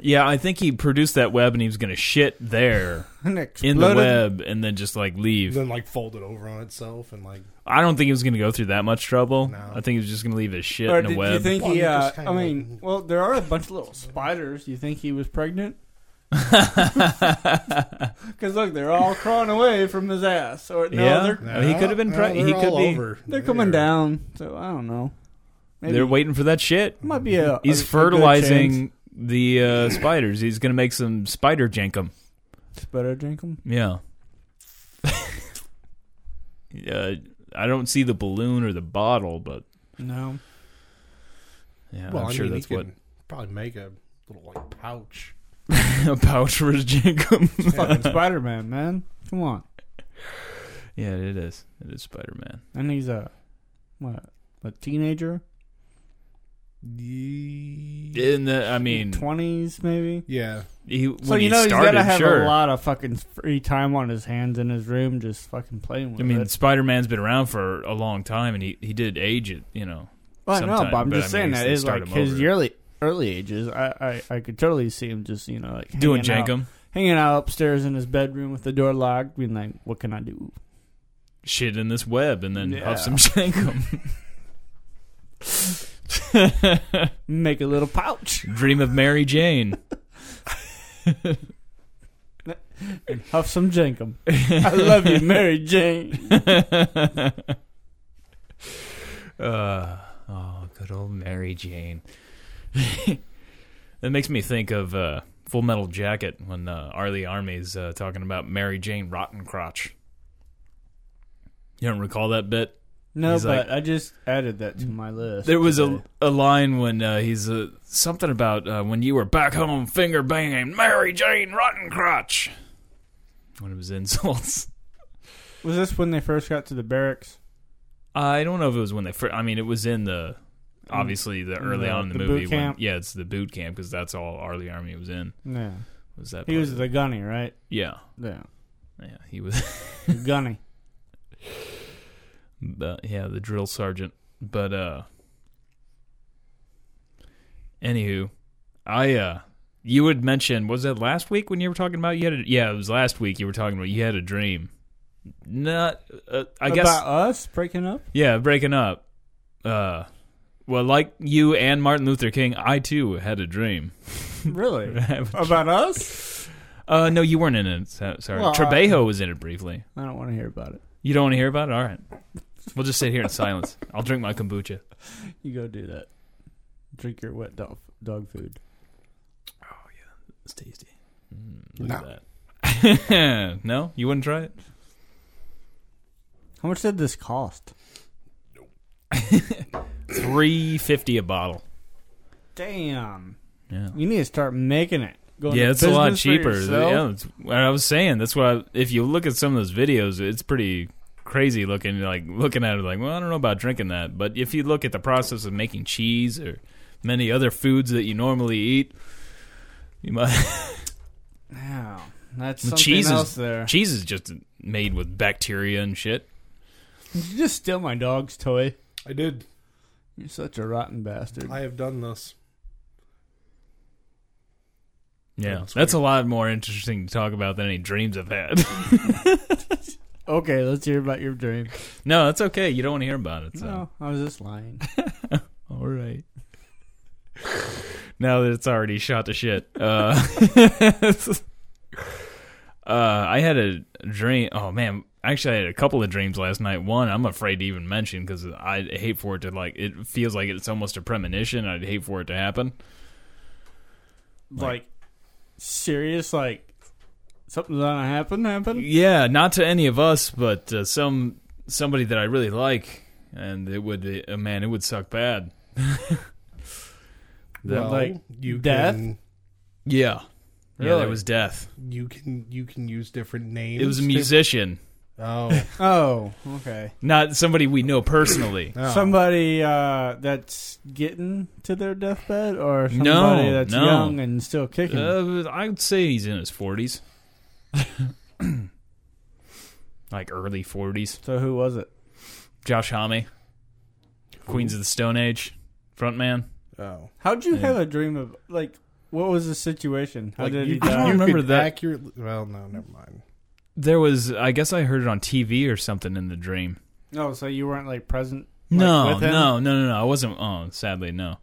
S4: Yeah, I think he produced that web and he was going to shit there
S5: And
S4: in the
S5: exploded.
S4: web and then just like leave.
S3: Then like folded over on itself and like
S4: I don't think he was going to go through that much trouble.
S3: No.
S4: I think he was just going to leave his shit
S5: Or
S4: in the
S5: did
S4: web.
S5: you think
S3: Well,
S5: he?
S3: you
S5: Uh,
S3: just
S5: I
S3: kinda
S5: mean,
S3: like-
S5: well, there are a bunch of little spiders. Do you think he was pregnant? Because look, they're all crawling away from his ass. Or no,
S4: yeah,
S5: they're
S4: I mean, Oh, he could have been.
S3: No,
S4: Pre-
S3: they're
S4: he
S3: all
S4: could be.
S3: over.
S5: they're coming down. So I don't know. Maybe
S4: They're waiting for that shit.
S5: might be a.
S4: He's
S5: a- a good chance.
S4: fertilizing the uh, spiders. He's going to make some spider jankum.
S5: Spider drink 'em.
S4: Yeah. uh, I don't see the balloon or the bottle, but
S5: No,
S4: yeah,
S3: Well,
S4: I'm
S3: I
S4: sure
S3: mean,
S4: that's
S3: he
S4: what
S3: could probably make a little like pouch.
S4: a pouch for his jinkum.
S5: fucking Spider Man, man. Come on,
S4: yeah, it is. It is Spider Man.
S5: and he's a what? A teenager,
S4: In the, I mean,
S5: twenties maybe.
S3: Yeah,
S4: he
S5: So
S4: when
S5: you know
S4: he
S5: he's
S4: started,
S5: gotta have
S4: sure.
S5: a lot of fucking free time on his hands in his room, just fucking playing with
S4: I mean,
S5: it.
S4: Spider Man's been around for a long time, and he, he did age it, you know.
S5: Well, I know,
S4: sometime,
S5: but I'm
S4: but
S5: just
S4: I mean,
S5: saying that
S4: they
S5: is
S4: start
S5: like
S4: him
S5: his
S4: over.
S5: early early ages. I, I I could totally see him just you know like
S4: Doing
S5: hanging out-
S4: jankum,
S5: hanging out upstairs in his bedroom with the door locked, being like, "What can I do?"
S4: shit in this web, and then
S5: Yeah.
S4: huff some jankum.
S5: Make a little pouch
S4: Dream of Mary Jane.
S5: and huff some jankum. I love you, Mary Jane.
S4: Uh, oh, good old Mary Jane. that makes me think of uh, Full Metal Jacket when uh, Arlie Army's uh, talking about Mary Jane Rotten Crotch. You don't recall that bit?
S5: No,
S4: He's
S5: but
S4: like-
S5: I just added that to my list.
S4: There was
S5: today.
S4: a, a line when uh, he's uh, something about uh, when you were back home finger banging Mary Jane Rotten Crotch. One of his insults.
S5: was this when they first got to the barracks?
S4: Uh, I don't know if it was when they first. I mean, it was in the obviously the early
S5: the-
S4: on in the,
S5: the boot
S4: movie. when-
S5: camp.
S4: yeah, it's the boot camp because that's all Arlie Army was in.
S5: Yeah,
S4: Was that
S5: he
S4: part
S5: was
S4: of
S5: the
S4: it.
S5: gunny, right?
S4: yeah
S5: Yeah,
S4: yeah he was
S5: the gunny.
S4: but, yeah the drill sergeant. But uh, anywho, I uh. You had mentioned was that last week when you were talking about you had a, yeah it was last week you were talking about you had a dream, not uh, I guess
S5: about us breaking up.
S4: Yeah, breaking up. Uh, well, like you and Martin Luther King, I too had a dream.
S5: Really about us?
S4: Uh, no, you weren't in it. So, sorry,
S5: Well, I-
S4: Trebejo was in it briefly.
S5: I don't want to hear about it.
S4: You don't want to hear about it? All right, we'll just sit here in silence. I'll drink my kombucha.
S5: You go do that. Drink your wet dog, dog food.
S4: Oh, It's tasty. Mm, look
S3: No.
S4: at that. no, you wouldn't try it.
S5: How much did this cost?
S4: Three fifty a bottle.
S5: Damn.
S4: Yeah.
S5: You need to start making it. Go
S4: Yeah,
S5: into
S4: it's a lot
S5: business for
S4: cheaper.
S5: yourself.
S4: Yeah, it's, what I was saying that's why if you look at some of those videos, it's pretty crazy looking. Like looking at it, like, well, I don't know about drinking that, but if you look at the process of making cheese or many other foods that you normally eat, you might
S5: Wow. That's
S4: The
S5: something
S4: cheese is-
S5: else there.
S4: cheese is just made with bacteria and shit.
S5: Did you just steal my dog's toy?
S3: I did.
S5: You're such a rotten bastard.
S3: I have done this.
S4: Yeah, that's a lot more interesting to talk about than any dreams I've had.
S5: Okay, let's hear about your dream.
S4: no, that's okay. You don't want to hear about it. So.
S5: No, I was just lying.
S4: All right. now that it's already shot to shit. Uh, uh, I had a dream. Oh man, actually, I had a couple of dreams last night. One I'm afraid to even mention because I hate for it to like. It feels like it's almost a premonition. I'd hate for it to happen.
S5: Like, serious, like something's gonna happen. Happen.
S4: Yeah, not to any of us, but uh, some somebody that I really like, and it would uh, man, it would suck bad. That-
S3: Well,
S5: like,
S3: you
S5: death?
S3: can
S4: yeah, yeah,
S5: Really?
S4: there was death.
S3: you can you can use different names.
S4: It was a
S3: to-
S4: musician,
S3: Oh,
S5: Oh, okay.
S4: not somebody we know personally.
S3: no.
S5: Somebody uh, that's getting to their deathbed, or
S4: No,
S5: somebody that's
S4: no.
S5: young and still kicking.
S4: Uh, I'd say he's in his forties, like early forties.
S5: so who was it?
S4: Josh Homme, Queens of the Stone Age, frontman.
S3: Oh.
S5: How'd you
S4: Yeah.
S5: have a dream of like? What was the situation? How
S3: Like,
S5: did he
S3: could-
S5: die?
S4: you- remember
S3: could
S4: that.
S3: accurately. Well, no, never mind.
S4: There was, I guess, I heard it on TV or something in the dream.
S5: No, so you weren't like present. like,
S4: No,
S5: with him?
S4: no, no, no, no. I wasn't. Oh, sadly, no.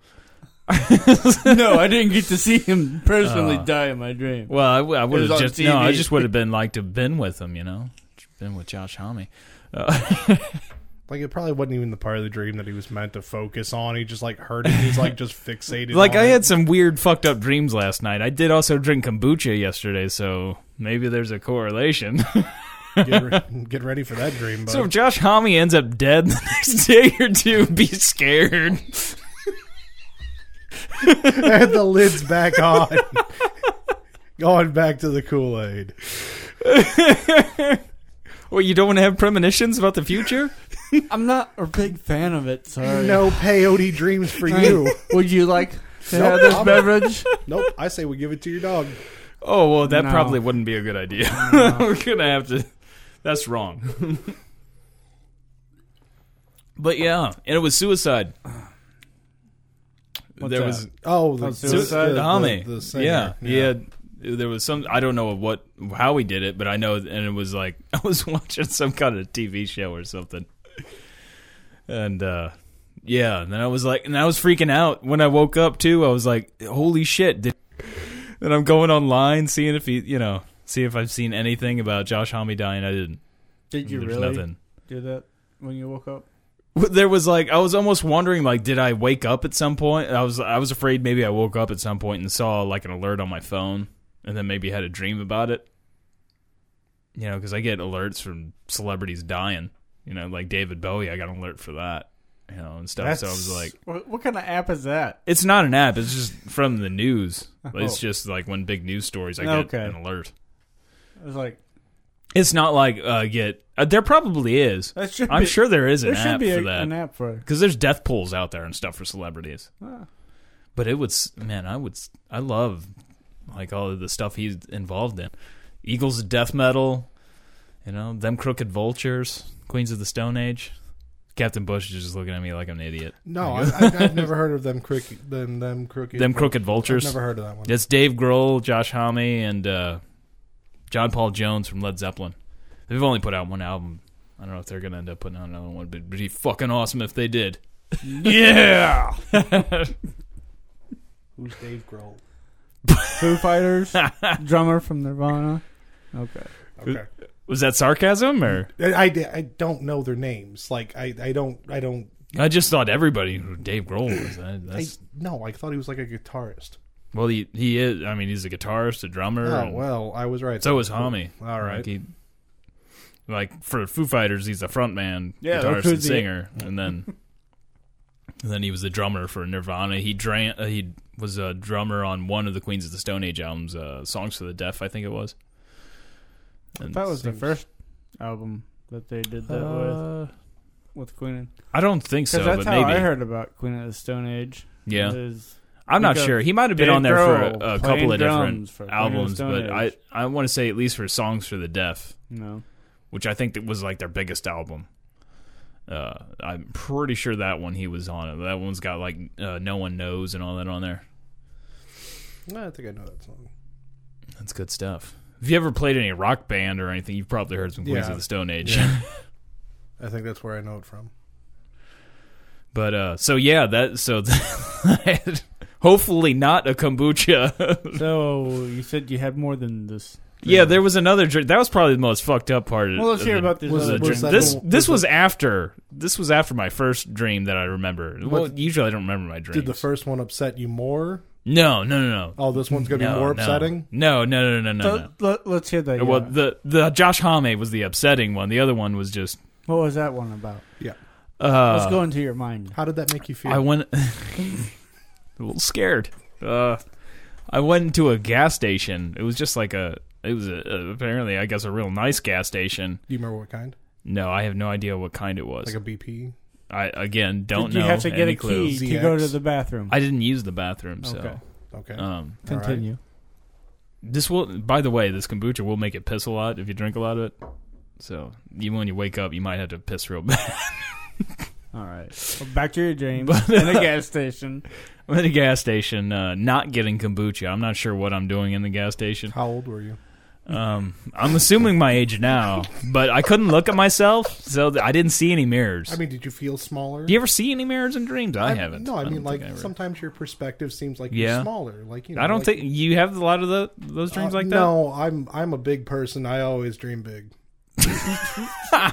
S5: no, I didn't get to see him personally
S4: Oh.
S5: die in my dream.
S4: Well, I, w- I would
S5: was
S4: have
S5: on
S4: just no. I
S5: TV.
S4: just would have been like to been with him, you know, been with Josh Homme. Uh,
S3: Like it probably wasn't even the part of the dream that he was meant to focus on. He just like heard it. He's like just fixated.
S4: like
S3: on
S4: I
S3: it.
S4: had some weird fucked up dreams last night. I did also drink kombucha yesterday, so maybe there's a correlation.
S3: Get, re- get ready for that dream,
S4: So if
S3: bud.
S4: Josh Homme ends up dead the next day or two, be scared.
S3: Add the lids back on. Going back to the Kool Aid.
S4: Well, you don't want to have premonitions about the future?
S5: I'm not a big fan of it. Sorry.
S3: No peyote dreams for you.
S5: Would you like to
S3: Nope,
S5: have this
S3: I'm-
S5: beverage?
S3: nope. I say we give it to your dog.
S4: Oh, well, that
S5: No.
S4: probably wouldn't be a good idea. We're going to have to. That's wrong. but yeah, and it was suicide.
S5: What's
S4: there
S5: that?
S4: was
S3: Oh, the,
S5: Oh,
S3: the-
S5: suicide
S3: the- the-
S4: Homme.
S3: the singer.
S4: yeah, yeah. There was some. I don't know what how he did it, but I know, and it was like I was watching some kind of TV show or something, and uh yeah, and then I was like, and I was freaking out when I woke up too. I was like, holy shit! Did and I'm going online seeing if he, you know, see if I've seen anything about Josh Homme dying. I didn't.
S5: Did you
S4: There's
S5: really
S4: nothing.
S5: do that when you woke up?
S4: There was like I was almost wondering like did I wake up at some point? I was I was afraid maybe I woke up at some point and saw like an alert on my phone and then maybe had a dream about it. You know, cuz I get alerts from celebrities dying, you know, like David Bowie, I got an alert for that, you know, and stuff. So I was
S3: That's-
S4: like
S5: What, what kind of app is that?
S4: it's not an app, it's just from the news. It's
S5: Oh.
S4: just like when big news stories I get
S5: Okay.
S4: an alert.
S5: I was like,
S4: It's not like uh get uh, there probably is.
S5: that should
S4: I'm
S5: be,
S4: sure there is an
S5: there should
S4: app
S5: be
S4: for
S5: a,
S4: that.
S5: an app for it.
S4: Because there's death pools out there and stuff for celebrities.
S5: Ah.
S4: But it would, s- man, I would, s- I love like all of the stuff he's involved in. Eagles of Death Metal, you know, them Crooked Vultures, Queens of the Stone Age. Captain Bush is just looking at me like I'm an idiot.
S3: No, I, I, I've never heard of them crooked. Them them crooked.
S4: them Crooked
S3: I've
S4: Vultures.
S3: never heard of that one.
S4: That's Dave Grohl, Josh Homme, and uh, John Paul Jones from Led Zeppelin. They've only put out one album. I don't know if they're gonna end up putting out another one, but it'd be fucking awesome if they did. Yeah.
S3: Who's Dave Grohl?
S5: Foo Fighters, drummer from Nirvana. Okay.
S3: Okay.
S4: Was that sarcasm or?
S3: I, I, I don't know their names. Like I, I don't I don't
S4: I just thought everybody who Dave Grohl was. I,
S3: I,
S4: that's,
S3: no. I thought he was like a guitarist.
S4: well, he he is. I mean, he's a guitarist, a drummer.
S3: Oh
S4: and
S3: well, I was right.
S4: So is Hami.
S3: All
S4: Like,
S3: right.
S4: he, like for Foo Fighters, he's a frontman,
S5: Yeah,
S4: guitarist,
S5: who's
S4: and
S5: the-
S4: singer, and then and then he was the drummer for Nirvana. He dran- uh, he was a drummer on one of the Queens of the Stone Age albums, uh, "Songs for the Deaf," I think it was. And
S5: That was the
S3: seems-
S5: first album that they did that
S4: uh,
S5: with, with Queen.
S4: I don't think so,
S5: Because
S4: but
S5: that's how
S4: maybe.
S5: I heard about Queen of the Stone Age.
S4: yeah,
S5: Is-
S4: I'm not
S5: Because
S4: sure. He might have been
S5: Dave
S4: on there
S5: Grohl
S4: for a, a
S5: playing
S4: couple of different
S5: drums for Queen of the
S4: albums,
S5: Stone
S4: but I
S5: Age.
S4: I want to say at least for songs for the deaf,
S5: No.
S4: which I think that was like their biggest album. Uh, I'm pretty sure that one he was on it. That one's got like uh, no one knows and all that on there.
S3: No, I think I know that song.
S4: That's good stuff. If you ever played any rock band or anything, you've probably heard some Queens
S3: Yeah.
S4: of the Stone Age.
S3: I think that's where I know it from.
S4: But uh, so yeah, that so hopefully not a kombucha.
S5: So you said you had more than this.
S4: yeah, there was another drink. That was probably the most fucked up part. of-
S5: Well, let's
S4: of
S5: hear
S4: the-
S5: about this.
S3: Was
S5: other
S3: it-
S4: the
S5: drink.
S4: dream-
S3: that
S4: This
S3: the-
S4: this
S3: was
S4: was after this was after my first dream that I remember. Well, usually I don't remember my dreams.
S3: Did the first one upset you more?
S4: no, no, no, no.
S3: Oh, this one's gonna
S4: no,
S3: be more
S4: no.
S3: upsetting.
S4: No, no, no, no, no. no.
S5: Let, us hear that.
S4: Well,
S5: yeah.
S4: the the Josh Hame was the upsetting one. The other one was just.
S5: what was that one about?
S3: Yeah.
S4: Uh,
S5: Let's go into your mind.
S3: How did that make you feel?
S4: I went a little scared. Uh, I went into a gas station. It was just like a. It was a, a- apparently, I guess, a real nice gas station.
S3: Do you remember what kind?
S4: No, I have no idea what kind it was.
S3: Like a BP.
S4: I again don't
S5: Did you
S4: know.
S5: have to get
S4: any
S5: a
S4: clue.
S5: key to
S3: ZX?
S5: go to the bathroom?
S4: I didn't use the bathroom, so
S5: Okay.
S3: Okay.
S4: um,
S3: all right.
S5: Continue.
S4: this will. By the way, this kombucha will make it piss a lot if you drink a lot of it. So even when you wake up, you might have to piss real bad.
S5: All right. Well, back to your dreams in a gas station.
S4: I'm at a gas station, uh, not getting kombucha. I'm not sure what I'm doing in the gas station.
S3: How old were you?
S4: Um, I'm assuming my age now, but I couldn't look at myself, so th- I didn't see any mirrors.
S3: I mean, did you feel smaller?
S4: Do you ever see any mirrors in dreams? I, haven't.
S3: No, I,
S4: don't
S3: mean like
S4: think ever-
S3: sometimes your perspective seems like
S4: Yeah.
S3: you're smaller. Like you know,
S4: I don't
S3: like-
S4: think you have a lot of tho- those dreams
S3: Uh,
S4: like that.
S3: No, I'm I'm a big person. I always dream big.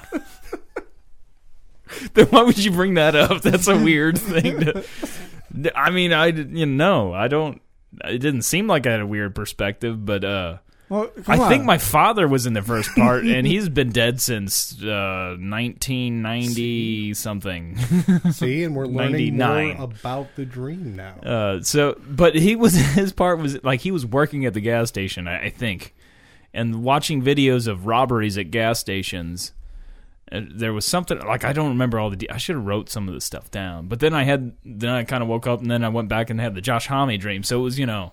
S4: then why would you bring that up? That's a weird thing. To, I mean, I did- you know I don't. It didn't seem like I had a weird perspective, but uh,
S5: Well, come
S4: I
S5: on.
S4: think my father was in the first part, and he's been dead since uh, 1990 something.
S3: See, and we're learning
S4: 99.
S3: more about the dream now.
S4: Uh, so, but he was his part was like he was working at the gas station, I, I think, and watching videos of robberies at gas stations. And there was something like I don't remember all the. De- I should have wrote some of the stuff down, but then I had then I kind of woke up and then I went back and had the Josh Homme dream. So it was you know,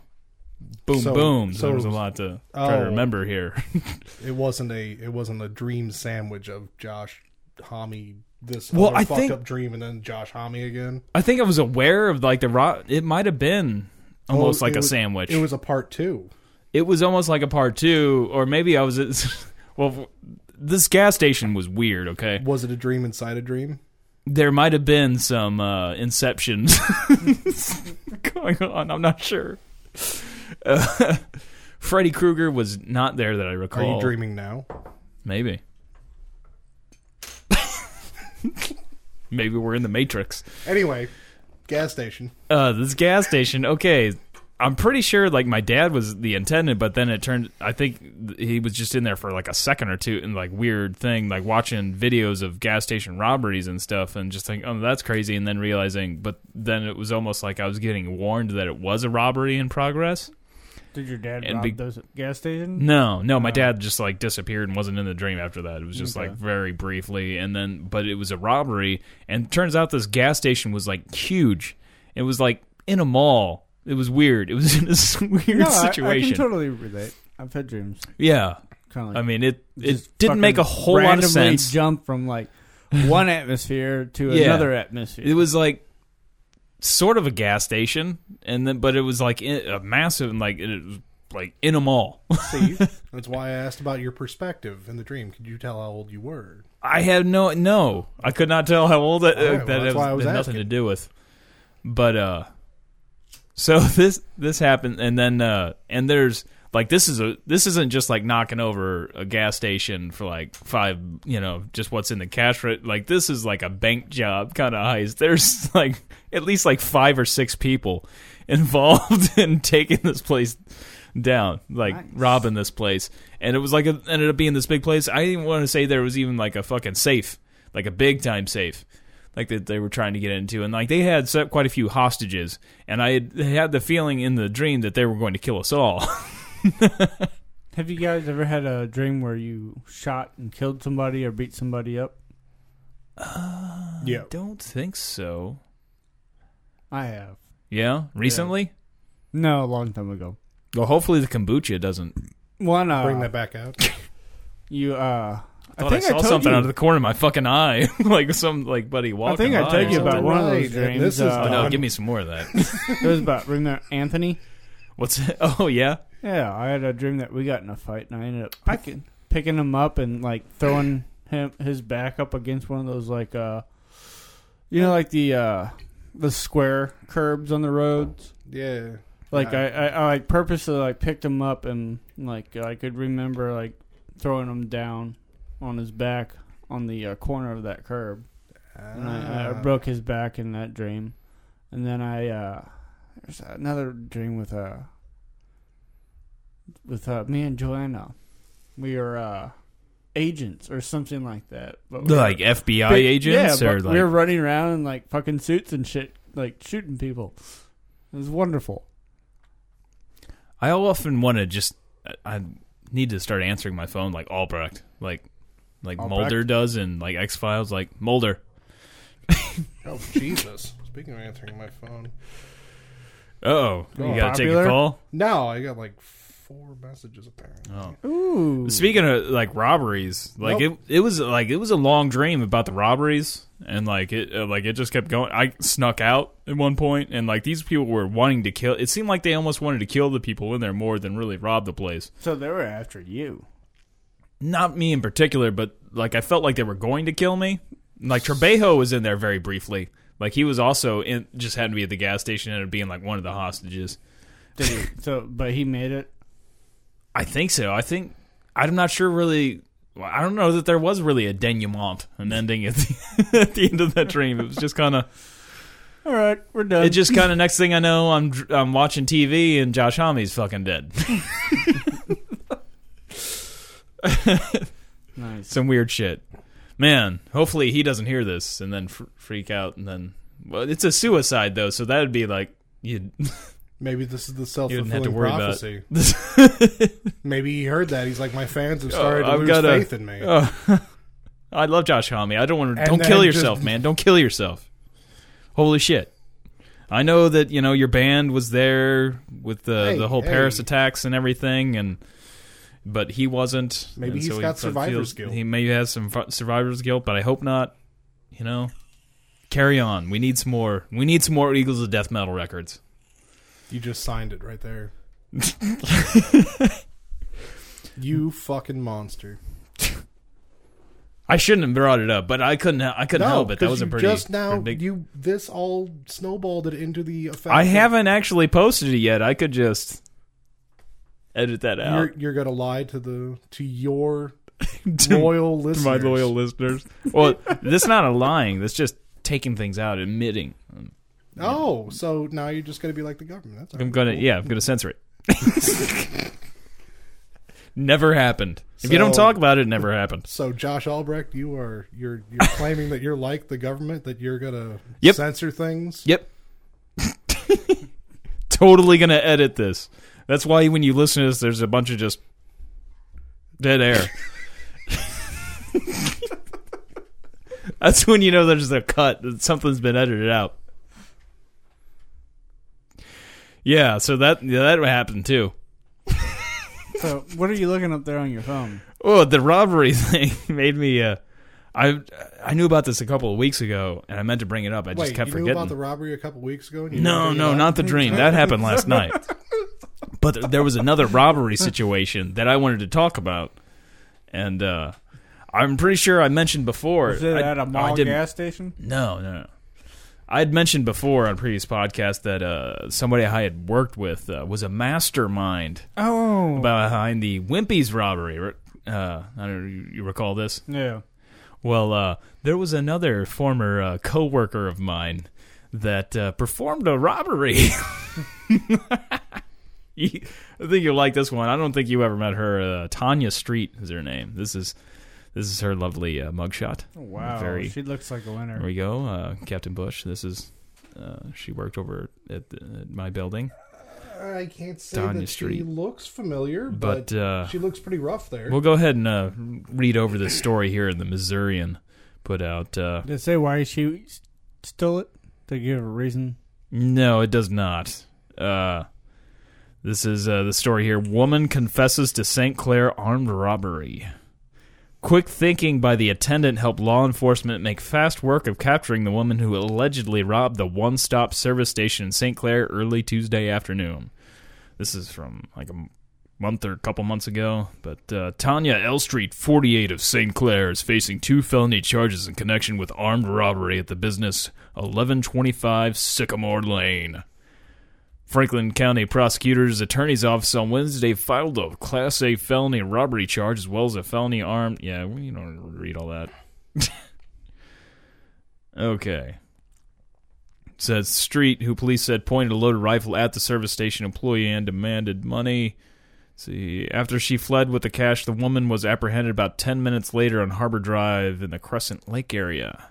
S4: boom
S3: So-
S4: boom. So,
S3: so-
S4: there was a lot to try
S3: oh.
S4: to remember here.
S3: it wasn't a it wasn't a dream sandwich of Josh Homme this
S4: Well,
S3: other
S4: I
S3: fucked
S4: think-
S3: up dream and then Josh Homme again.
S4: I think I was aware of like the ro- It might have been almost
S3: Well,
S4: like
S3: it
S4: a
S3: was-
S4: sandwich.
S3: It was a part two.
S4: it was almost like a part two, or maybe I was. At, well, this gas station was weird. Okay,
S3: Was it a dream inside a dream?
S4: there might have been some uh, inceptions going on. I'm not sure. Uh, Freddy Krueger was not there that I
S3: Are
S4: recall.
S3: you dreaming now?
S4: Maybe. maybe we're in the Matrix.
S3: Anyway, gas station.
S4: uh, this gas station. Okay, I'm pretty sure like my dad was the intendant, but then it turned. I think th- he was just in there for like a second or two, and like weird thing, like watching videos of gas station robberies and stuff, and just think, oh, that's crazy, and then realizing, but then it was almost like I was getting warned that it was a robbery in progress.
S5: Did your dad
S4: And
S5: rob
S4: be-
S5: those at gas station?
S4: No, no, my
S5: Oh.
S4: dad just like disappeared and wasn't in the dream after that. It was just
S5: Okay.
S4: like very briefly, and then but it was a robbery, and turns out this gas station was like huge. It was like in a mall. It was weird. It was in this weird
S5: No, I- I,
S4: situation.
S5: can totally relate. I've had dreams.
S4: yeah,
S5: Kind of like
S4: I mean it. It
S5: just
S4: didn't make a
S5: fucking
S4: whole lot of
S5: randomly
S4: sense.
S5: Jump from like one atmosphere to
S4: Yeah.
S5: another atmosphere.
S4: It was like sort of a gas station, and then but it was like in, a massive and like it was like in a mall.
S3: See, that's why I asked about your perspective in the dream. Could you tell how old you were?
S4: I had no no. I could not tell how old that
S3: All right, well,
S4: that
S3: that's
S4: has-
S3: why I was
S4: had nothing to do with. But uh so this this happened and then uh and there's like this is a this isn't just like knocking over a gas station for like five you know just what's in the cash re- like this is like a bank job kind of heist there's like at least like five or six people involved in taking this place down like
S5: Nice.
S4: robbing this place and it was like it ended up being this big place i didn't want to say there was even like a fucking safe like a big time safe like that they were trying to get into and like they had set quite a few hostages and i had, had the feeling in the dream that they were going to kill us all
S5: Have you guys ever had a dream where you shot and killed somebody or beat somebody up?
S4: Uh,
S3: Yeah.
S4: don't think so
S5: I have.
S4: yeah recently
S5: No, a long time ago.
S4: well hopefully the kombucha doesn't
S5: One, uh,
S3: Bring that back out.
S5: you, uh, I,
S4: thought i,
S5: think I,
S4: saw
S5: told
S4: something
S5: you,
S4: out of the corner of my fucking eye like some like buddy walking
S5: I think I
S4: by
S5: told
S4: or
S5: you about
S4: something.
S5: one of
S3: Right,
S5: those uh,
S3: and
S5: dreams.
S3: this is
S5: uh,
S4: oh no
S3: done.
S4: give me some more of that
S5: It was about remember Anthony.
S4: What's Oh yeah.
S5: Yeah, I had a dream that we got in a fight, and I ended up picking, picking him up and like throwing him his back up against one of those like uh, you know, like the uh, the square curbs on the roads.
S3: Yeah.
S5: Like
S3: Yeah.
S5: I, I, I like purposely like picked him up and like I could remember like throwing him down on his back on the uh, corner of that curb, and I, I
S3: Ah.
S5: broke his back in that dream. And then I uh, there's another dream with uh with uh, me and Joanna. We are uh, agents or something like that. But we were-
S4: Like FBI
S5: but-
S4: agents
S5: yeah,
S4: or
S5: but
S4: like
S5: we were running around in like fucking suits and shit, like shooting people. It was wonderful.
S4: I often want to just I I need to start answering my phone like Albrecht, like like
S5: Albrecht?
S4: Mulder does in like X Files, like Mulder.
S3: Oh Jesus! Speaking of answering my phone,
S4: Oh, you gotta
S5: Popular?
S4: take a call.
S3: no, I got like four messages apparently.
S4: Oh.
S5: Ooh.
S4: Speaking of like robberies, like it it was like it was a long dream about the robberies, and like it uh, like it just kept going. I snuck out at one point, and like these people were wanting to kill. It seemed like they almost wanted to kill the people in there more than really rob the place.
S5: So they were after you.
S4: Not me in particular, but like I felt like they were going to kill me. Like Trebejo was in there very briefly. Like he was also in, just happened to be at the gas station and ended up being like one of the hostages.
S5: Did he? so, but he made it.
S4: I think so. I think I'm not sure really. well, I don't know that there was really a denouement, an ending at the, at the end of that dream. It was just kind of.
S5: All right, we're done.
S4: It just kind of. Next thing I know, I'm dr- I'm watching TV and Josh Homme's fucking dead.
S5: nice.
S4: Some weird shit. Man, hopefully he doesn't hear this and then fr- freak out and then. Well, it's a suicide though, so that'd be like you.
S3: Maybe this is the
S4: You didn't have to
S3: self-fulfilling
S4: worry about
S3: prophecy. Maybe he heard that. He's like, my fans have started
S4: Oh, I've
S3: to lose
S4: gotta-
S3: faith in me.
S4: Oh. I love Josh Homme. I don't want to.
S3: And
S4: Don't
S3: then
S4: kill
S3: just-
S4: yourself, man. Don't kill yourself. Holy shit! I know that you know your band was there with the
S3: Hey,
S4: the whole Paris
S3: hey.
S4: attacks and everything, and but he wasn't.
S3: Maybe
S4: and
S3: he's
S4: he
S3: got
S4: fe-
S3: survivor's
S4: feels-
S3: guilt.
S4: He maybe has some fu- survivor's guilt, but I hope not. You know, carry on. We need some more. We need some more Eagles of Death Metal records.
S3: You just signed it right there. you fucking monster!
S4: I shouldn't have brought it up, but I couldn't. I couldn't help it. That
S3: 'cause
S4: was a
S3: you
S4: pretty
S3: just now
S4: pretty big-
S3: you this all snowballed it into the effect.
S4: I
S3: that
S4: haven't actually posted it yet. I could just edit that out
S3: You're, you're gonna lie to the to your
S4: to,
S3: loyal
S4: to
S3: listeners.
S4: my loyal listeners. Well, that's not a lying. That's just taking things out, admitting.
S3: Oh, so now you're just gonna be like the government? That's all
S4: I'm
S3: right.
S4: gonna, yeah, I'm gonna censor it. never happened. if you don't
S3: So-
S4: talk about it, it never happened.
S3: So Josh Albrecht, you are you're you're claiming that you're like the government that you're gonna
S4: Yep.
S3: censor things.
S4: Yep. totally gonna edit this. That's why when you listen to this, there's a bunch of just dead air. That's when you know there's a cut that something's been edited out. Yeah, so that yeah, that happened too.
S5: so, what are you looking up there on your phone?
S4: Oh, the robbery thing made me. Uh, I I knew about this a couple of weeks ago, and I meant to bring it up. I just
S3: Wait,
S4: kept
S3: you
S4: forgetting.
S3: knew about the robbery a couple weeks ago? and you
S4: No,
S3: didn't
S4: no,
S3: bring it
S4: not
S3: up?
S4: the dream. That happened last night. But th- there was another robbery situation that I wanted to talk about, and uh, I'm pretty sure I mentioned before.
S5: Is it
S4: I,
S5: at
S4: I
S5: a mall
S4: didn't-
S5: gas station?
S4: No, no, no. I had mentioned before on previous podcast that uh, somebody I had worked with uh, was a mastermind
S5: Oh,
S4: behind the Wimpy's robbery. Re- Uh, I don't know, you- you recall this?
S5: yeah.
S4: Well, uh, there was another former uh, coworker of mine that uh, performed a robbery. You- I think you'll like this one. I don't think you ever met her. Uh, Tanya Street is her name. This is this is her lovely uh, mugshot.
S5: Oh, Wow,
S4: Very-
S5: she looks like a
S4: There
S5: winner.
S4: we go, uh, Captain Bush. This is uh, she worked over at, the, at my building,
S3: I can't say
S4: Down your
S3: that she
S4: street.
S3: looks familiar, but,
S4: but uh,
S3: she looks pretty rough there.
S4: we'll go ahead and uh, read over this story here in the Missourian put out. Uh,
S5: Did it say why she s- stole it? To give a reason.
S4: No, it does not. Uh, this is uh, the story here. Woman confesses to St. Clair armed robbery. Quick thinking by the attendant helped law enforcement make fast work of capturing the woman who allegedly robbed the one stop service station in St. Clair early Tuesday afternoon. This is from like a m- month or a couple months ago. But uh, Tanya Elstreet, 48 of St. Clair, is facing two felony charges in connection with armed robbery at the business 1125 Sycamore Lane. Franklin County Prosecutor's Attorney's Office on Wednesday filed a Class A felony robbery charge as well as a felony armed. Yeah, we don't read all that. okay. Says Street, who police said pointed a loaded rifle at the service station employee and demanded money. See, after she fled with the cash, the woman was apprehended about 10 minutes later on Harbor Drive in the Crescent Lake area.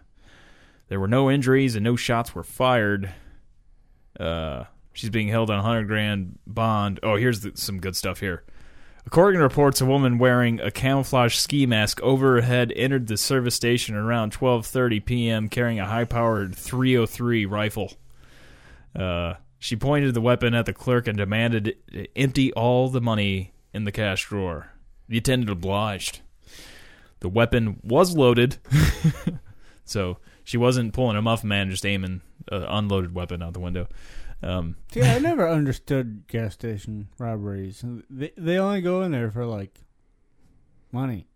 S4: There were no injuries and no shots were fired. Uh, she's being held on a 100 grand bond. Oh, here's the, some good stuff here. According to reports, a woman wearing a camouflage ski mask over her head entered the service station around 12:30 p.m. carrying a high-powered 303 rifle. Uh, she pointed the weapon at the clerk and demanded it empty all the money in the cash drawer. The attendant obliged. The weapon was loaded, so she wasn't pulling a muff man, just aiming an uh, unloaded weapon out the window. Um,
S5: See, I never understood gas station robberies. They they only go in there for like money.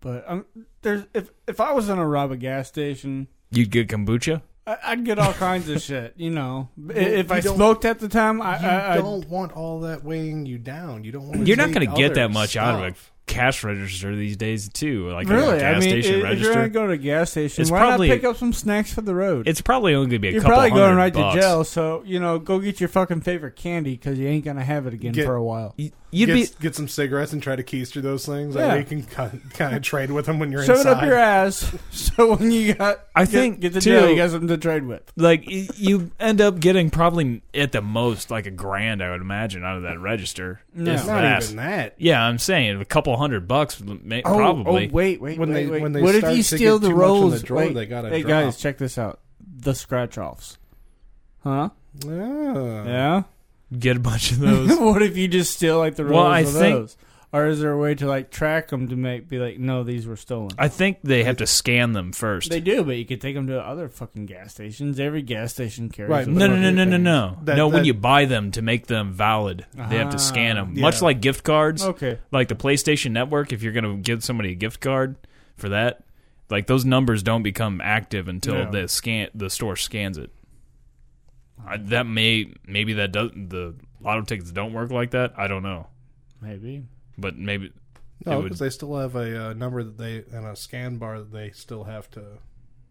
S5: But um, there's if if I was gonna rob a gas station,
S4: You'd get kombucha?
S5: I, I'd get all kinds of shit. You know, I- if I
S3: you don't-
S5: smoked at the time, I,
S3: You
S5: I, I
S3: don't want all that weighing you down. You don't want.
S4: You're not going to get that much out of a cash register these days, too. Like a
S5: really.
S4: gas
S5: I mean,
S4: station
S5: if, if
S4: register.
S5: you're gonna go to a gas station,
S4: It's
S5: why
S4: probably-
S5: not pick up some snacks for the road?
S4: it's probably only going to be a
S5: you're
S4: couple
S5: probably going
S4: hundred
S5: right
S4: bucks.
S5: to jail, so you know, go get your fucking favorite candy because you ain't gonna have it again
S3: Get-
S5: for a while.
S4: Y-
S3: You'd
S4: You'd
S3: get,
S4: be
S3: get some cigarettes and try to keister those things.
S5: Yeah.
S3: Like you can kind of, kind of trade with them when you're
S5: Shove it
S3: inside.
S5: up your ass, so when you got,
S4: I
S5: get-
S4: think,
S5: get the
S4: too-
S5: jail, you got something to trade with.
S4: like y- you end up getting probably at the most like a grand, I would imagine, out of that register.
S5: No.
S4: If
S5: Not
S3: not
S4: that.
S3: even that.
S4: Yeah, I'm saying a couple hundred bucks, may-
S5: Oh,
S4: probably.
S5: Oh, wait, wait.
S3: When
S5: wait,
S3: they-
S5: wait.
S3: when they
S5: what
S3: start
S5: if you
S3: to
S5: steal
S3: get
S5: the
S3: too much on the
S5: rolls?
S3: drawer,
S5: wait,
S3: they gotta
S5: hey
S3: drop.
S5: guys, check this out. The scratch offs. Huh?
S3: Ah.
S5: Yeah.
S4: Get a bunch of those.
S5: what if you just steal like the rolls
S4: Well, I
S5: of
S4: think-
S5: those? Or is there a way to like track them to make be like, no, these were stolen?
S4: I think they have to scan them first.
S5: they do, but you could take them to other fucking gas stations. Every gas station carries.
S3: Right.
S5: a
S4: No, no,
S5: bunch
S4: no,
S5: of
S4: no, no,
S5: things.
S4: no.
S3: That-
S4: no, when
S3: that-
S4: you buy them to make them valid, they have
S5: Ah,
S4: to scan them.
S3: yeah.
S4: Much like gift cards.
S5: Okay.
S4: Like the PlayStation Network, if you're going to give somebody a gift card for that, like those numbers don't become active until
S5: Yeah.
S4: the scan the store scans it. I, that may maybe that does the lotto tickets don't work like that. I don't know,
S5: Maybe.
S4: but maybe It
S3: No,
S4: would-
S3: because Oh, they still have a uh, number that they and a scan bar that they still have to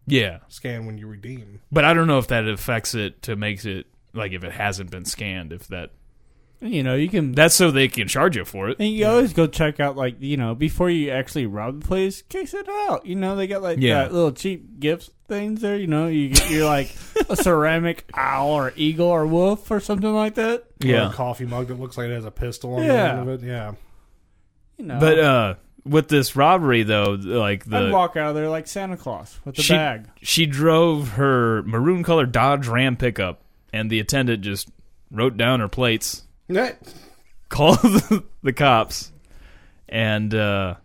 S4: yeah.
S3: scan when you redeem.
S4: But I don't know if that affects it to makes it like if it hasn't been scanned. If that
S5: You know, you can.
S4: that's so they can charge you for it.
S5: And you always go check out, like, you know, before you actually rob the place, case it out. You know, they got, like,
S4: Yeah.
S5: that little cheap gifts things there. You know, you, you're like a ceramic owl or eagle or wolf or something like that.
S3: Or a coffee mug that looks like it has a pistol on
S5: Yeah.
S3: the end of it. Yeah,
S5: You know,
S4: But uh with this robbery though, like
S5: I'd
S4: the
S5: walk out of there like Santa Claus with a
S4: She-
S5: bag.
S4: she drove her maroon colored Dodge Ram pickup and the attendant just wrote down her plates,
S3: yeah.
S4: called the, the cops, and uh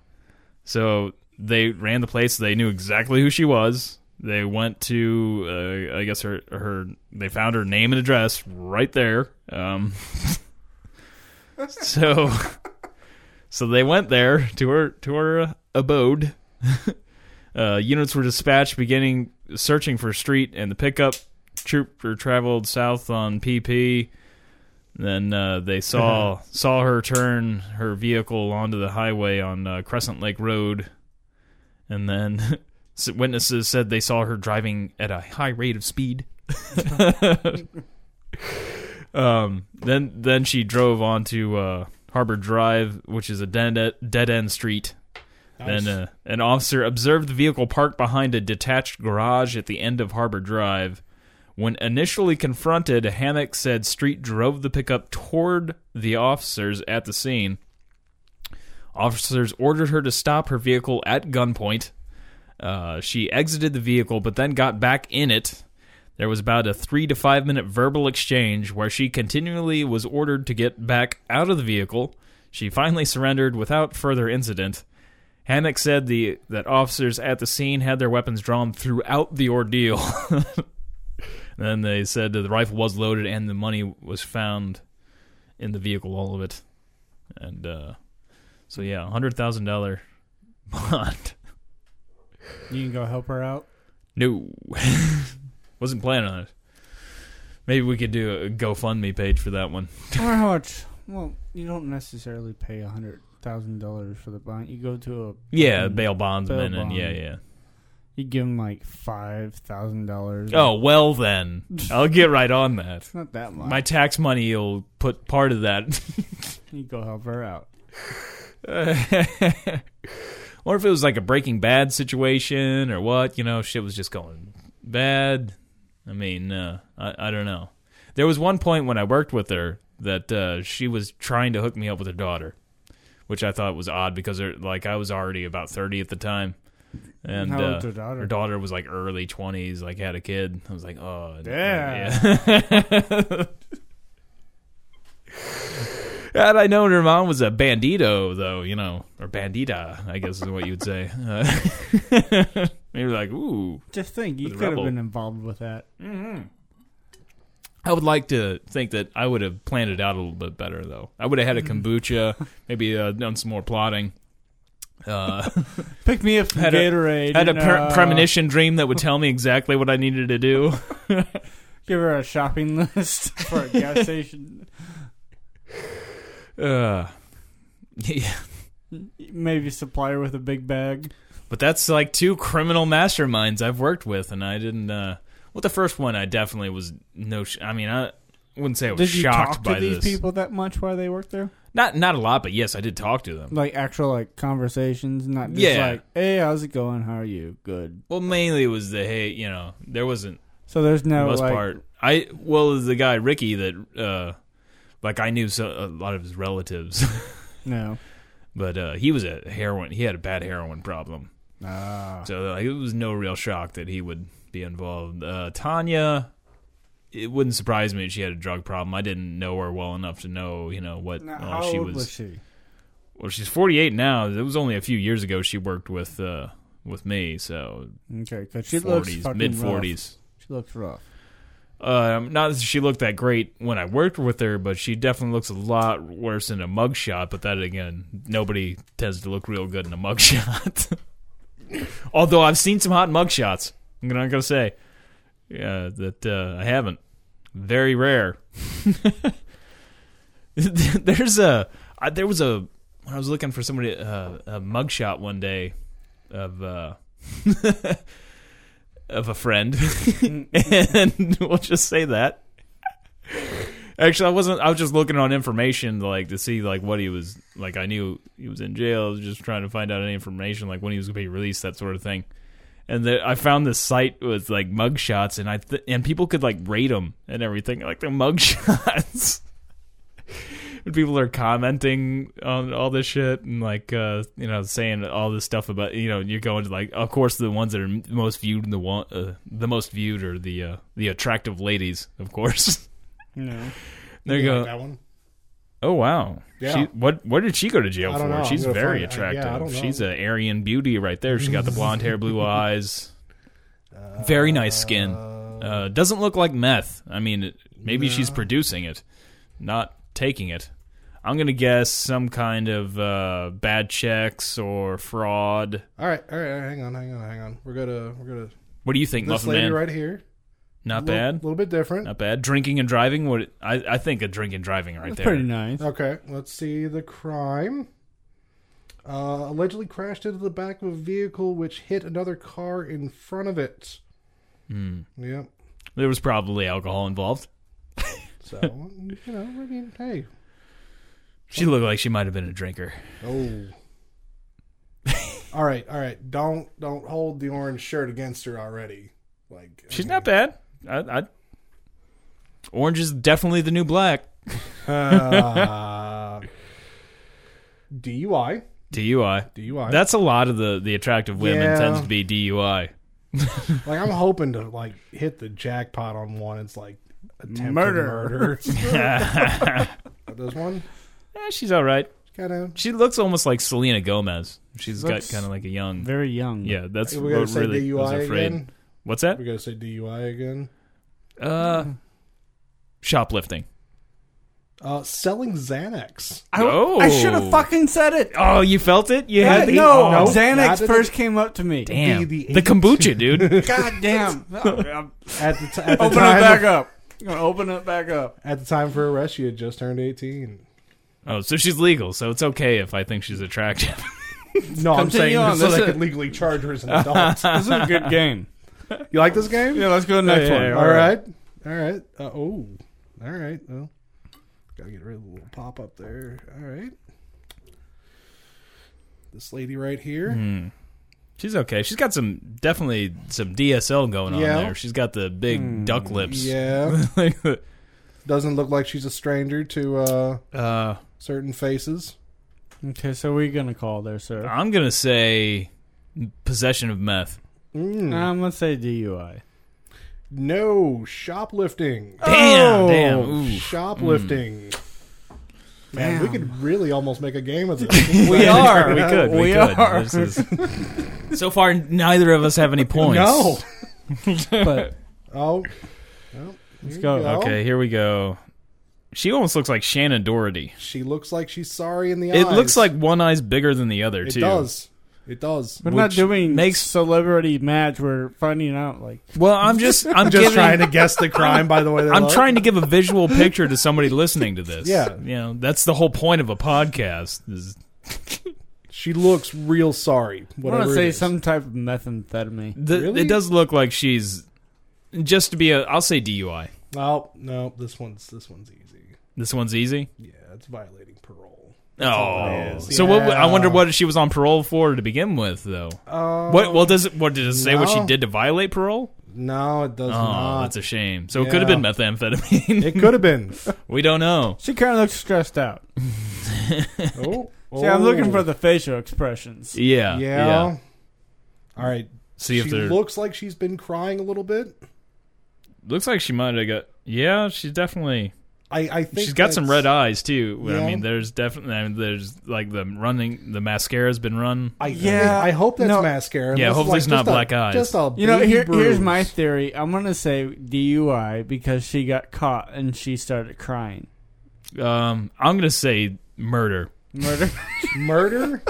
S4: so they ran the place, they knew exactly who she was. They went to, uh, I guess her her they found her name and address right there. Um, so, so they went there to her to her uh, abode. uh, units were dispatched, beginning searching for a street and the pickup. Trooper traveled south on PP. Then uh, they saw saw her turn her vehicle onto the highway on uh, Crescent Lake Road, and then s- witnesses said they saw her driving at a high rate of speed. um, then then she drove onto uh, Harbor Drive, which is a dead e, dead end street.
S3: Nice.
S4: Then uh, an officer observed the vehicle parked behind a detached garage at the end of Harbor Drive. When initially confronted, Hammock said Street drove the pickup toward the officers at the scene. Officers ordered her to stop her vehicle at gunpoint. Uh, she exited the vehicle, but then got back in it. There was about a three to five minute verbal exchange where she continually was ordered to get back out of the vehicle. She finally surrendered without further incident. Hammock said the that officers at the scene had their weapons drawn throughout the ordeal. then they said that the rifle was loaded and the money was found in the vehicle, all of it. And uh, so, yeah, $100,000 bond.
S5: You can go help her out.
S4: No. Wasn't planning on it. Maybe we could do a GoFundMe page for that one.
S5: I wonder how much. Well, you don't necessarily pay a hundred thousand dollars for the bond. You go to a
S4: Yeah,
S5: fucking-
S4: bail bondsman.
S5: Mm-hmm. Bail
S4: and yeah,
S5: bond.
S4: yeah.
S5: You give them like five thousand dollars.
S4: Oh, well then. I'll get right on that.
S5: it's not that much.
S4: My tax money will put part of that.
S5: you go help her out.
S4: or if it was like a Breaking Bad situation or what, you know, shit was just going bad. I mean, uh, I, I don't know. There was one point when I worked with her that uh, she was trying to hook me up with her daughter, which I thought was odd because her, like I was already about thirty at the time, and
S5: How
S4: uh,
S5: old's her daughter?
S4: Her daughter was like early twenties, like had a kid. I was like, oh,
S5: Yeah.
S4: yeah. Had I known her mom was a bandito, though, you know, or bandita, I guess is what you'd say. Uh, maybe like, ooh,
S5: Just think, you
S4: With
S5: could have
S4: Rebel.
S5: been involved with that. Mm-hmm.
S4: I would like to think that I would have planned it out a little bit better, though. I would have had a
S5: Mm-hmm.
S4: kombucha, maybe uh, done some more plotting. Uh,
S5: Pick me up from
S4: Had a-
S5: Gatorade.
S4: had a
S5: and,
S4: pre-
S5: uh,
S4: premonition dream that would tell me exactly what I needed to do.
S5: Give her a shopping list for a gas station.
S4: Uh, yeah.
S5: Maybe supply her with a big bag.
S4: But that's like two criminal masterminds I've worked with, and I didn't. Uh, well, the first one I definitely was no. Sh- I mean, I wouldn't say I was
S5: Did you
S4: shocked
S5: talk
S4: by
S5: to these
S4: this.
S5: people that much while they worked there?
S4: Not not a lot, but yes, I did talk to them.
S5: Like actual like conversations, not just
S4: Yeah.
S5: like, "Hey, how's it going? How are you? Good."
S4: Well, mainly it was the hey, you know, there wasn't
S5: So there's
S4: for the
S5: no
S4: most
S5: like,
S4: part. I well, it was the guy Ricky that uh, like I knew so, a lot of his relatives,
S5: no.
S4: but uh, he was a heroin. He had a bad heroin problem.
S5: Ah,
S4: So like, it was no real shock that he would be involved. Uh, Tanya, it wouldn't surprise me if she had a drug problem. I didn't know her well enough to know, you know, what
S5: Now,
S4: uh,
S5: how
S4: she
S5: old
S4: was.
S5: was, she?
S4: Well, she's 48 now. It was only a few years ago she worked with uh, with me. So
S5: Okay, because she looks
S4: 40s,
S5: fucking
S4: mid
S5: rough.
S4: 40s.
S5: She looks rough.
S4: Um, not that she looked that great when I worked with her, but she definitely looks a lot worse in a mugshot. But that again, nobody tends to look real good in a mugshot. Although I've seen some hot mugshots. I'm not gonna say uh, that uh, I haven't. Very rare. There's a I, there was a when I was looking for somebody uh, a mugshot one day of uh, of a friend
S5: Mm,
S4: and we'll just say that. Actually, I wasn't. I was just looking on information, like to see like what he was like. I knew he was in jail. I was just trying to find out any information, like when he was going to be released, that sort of thing. And the, I found this site with like mugshots, and I th- and people could like rate them and everything, like their mugshots. and people are commenting on all this shit and like uh, you know saying all this stuff about you know you're going to like of course the ones that are m- most viewed and the one uh, the most viewed are the uh, the attractive ladies, of course.
S5: No.
S4: there you
S3: You
S4: go.
S3: like that one?
S4: Oh wow!
S3: Yeah.
S4: She, what what did she go to jail
S3: I
S4: for?
S3: don't know.
S4: She's
S3: I'm gonna
S4: very
S3: find- I- yeah, I
S4: attractive.
S3: don't know.
S4: She's an Aryan beauty right there. She got the blonde hair, blue eyes, very nice skin. Uh, doesn't look like meth. I mean, it- maybe she's producing it, not taking it. I'm gonna guess some kind of uh, bad checks or fraud.
S3: All right, all right, all right, hang on, hang on, hang on. We're gonna we're gonna
S4: What do you think,
S3: this
S4: Muffin
S3: lady
S4: Man?
S3: right here.
S4: Not
S3: Little-
S4: bad.
S3: little bit different.
S4: Not bad. Drinking and driving. What I I think a drink and driving right
S5: That's
S4: there.
S5: pretty nice.
S3: Okay, let's see the crime. Uh, allegedly crashed into the back of a vehicle which hit another car in front of it. Hmm. Yep.
S4: There was probably alcohol involved.
S3: So you know, I mean, hey,
S4: She looked like she might have been a drinker.
S3: oh. all right, all right. Don't don't hold the orange shirt against her already. Like I
S4: She's
S3: mean,
S4: not bad. I, I Orange is definitely the new black.
S3: uh, DUI.
S4: DUI.
S3: DUI.
S4: That's a lot of the the attractive women
S3: Yeah.
S4: tends to be DUI.
S3: like I'm hoping to like hit the jackpot on one. It's like attempted
S5: Murder.
S3: murder. this one
S4: Eh, she's all right.
S3: kind of
S4: She looks almost like Selena Gomez. She's got
S5: Looks
S4: kind of like a young.
S5: Very young.
S4: yeah, that's
S3: we
S4: what
S3: gotta say
S4: really was
S3: DUI
S4: afraid.
S3: again.
S4: What's that?
S3: We gotta say DUI again.
S4: Uh, shoplifting.
S3: Uh, selling Xanax.
S4: oh.
S5: I should have fucking said it.
S4: Oh, you felt it? You had the,
S5: no,
S4: Oh,
S3: Not
S5: Xanax
S3: that
S5: first came up to me.
S4: damn.
S3: The- the
S4: The kombucha, dude.
S5: God damn. open
S3: At the, t- at the
S5: it
S3: time,
S5: back up. I'm gonna open it back up.
S3: at the time for arrest, she had just turned eighteen.
S4: oh, so she's legal, so it's okay if I think she's attractive.
S3: No, I'm saying
S5: Continue on,
S3: this so
S5: this
S3: they
S5: is-
S3: could legally charge her as an adult.
S5: This is a good game.
S3: you like this game?
S5: Yeah, let's go to the next
S4: Yeah, yeah,
S5: one.
S4: yeah.
S3: All right. All right. Uh, oh. All right. Well, gotta get rid of the little pop up there. All right. This lady right here.
S5: Mm.
S4: she's okay. She's got some definitely some DSL going on
S3: Yeah. Hmm,
S4: there. She's got the big duck lips.
S3: Yeah.
S4: Like the-
S3: Doesn't look like she's a stranger to uh,
S4: uh,
S3: certain faces.
S5: Okay, so we're gonna call there, sir.
S4: I'm gonna say possession of meth.
S3: Mm.
S5: I'm gonna Um, say DUI.
S3: no shoplifting.
S4: Damn, damn.
S3: Oh,
S4: Ooh.
S3: Shoplifting. Man, we
S5: Mm. Damn.
S3: could really almost make a game of this.
S5: We are.
S4: we could. We,
S5: We
S4: could.
S5: are.
S4: This is, so far, neither of us have any points.
S3: no.
S5: But
S3: Oh. Well, Let's
S5: go.
S4: Okay, here we go. She almost looks like Shannon Doherty.
S3: She looks like she's sorry in the eyes.
S4: It looks like one eye's bigger than the other,
S3: it
S4: too.
S3: does. It does.
S5: we're not
S4: Which
S5: doing
S4: makes-
S5: celebrity match. We're finding out like
S4: Well, I'm just, I'm
S3: just
S4: giving-
S3: trying to guess the crime by the way they
S4: I'm
S3: look.
S4: trying to give a visual picture to somebody listening to this.
S3: Yeah.
S4: you know that's the whole point of a podcast. Is
S3: she looks real sorry
S5: I want
S3: whatever
S5: to say
S3: it is.
S5: some type of methamphetamine.
S4: the,
S3: Really?
S4: It does look like she's just to be a. I'll say DUI.
S3: oh no this one's this one's easy
S4: This one's easy.
S3: yeah it's violating parole
S4: Oh,
S3: it is.
S4: so what? I
S3: Yeah.
S4: wonder what she was on parole for to begin with, though.
S3: uh,
S4: What? Well, does it? What did it say? What she
S3: no.
S4: did to violate parole?
S3: no it does
S4: Oh,
S3: not
S4: that's a shame. So it could have been
S3: Yeah.
S4: methamphetamine.
S3: it could have been
S4: we don't know.
S5: She kind of looks stressed out.
S3: oh,
S5: See, I'm looking
S3: oh.
S5: for the facial expressions.
S4: Yeah,
S3: yeah. all right
S4: See if
S3: she
S4: there
S3: looks like she's been crying a little bit
S4: looks like she might have got. Yeah, she's definitely.
S3: i i think
S4: She's got some
S3: that's-
S4: red eyes too. I
S3: Yeah.
S4: mean, there's definitely. I mean, there's like the running. The mascara's been run.
S3: I,
S5: Yeah.
S3: I hope that's
S5: No.
S3: mascara.
S4: Yeah,
S3: This is
S4: hopefully it's
S3: like just a-
S4: not black eyes.
S3: Just a
S5: You know,
S3: baby
S5: here, here's
S3: bruise.
S5: my theory. I'm gonna say DUI because she got caught and she started crying.
S4: Um, I'm gonna say murder.
S5: Murder.
S3: murder.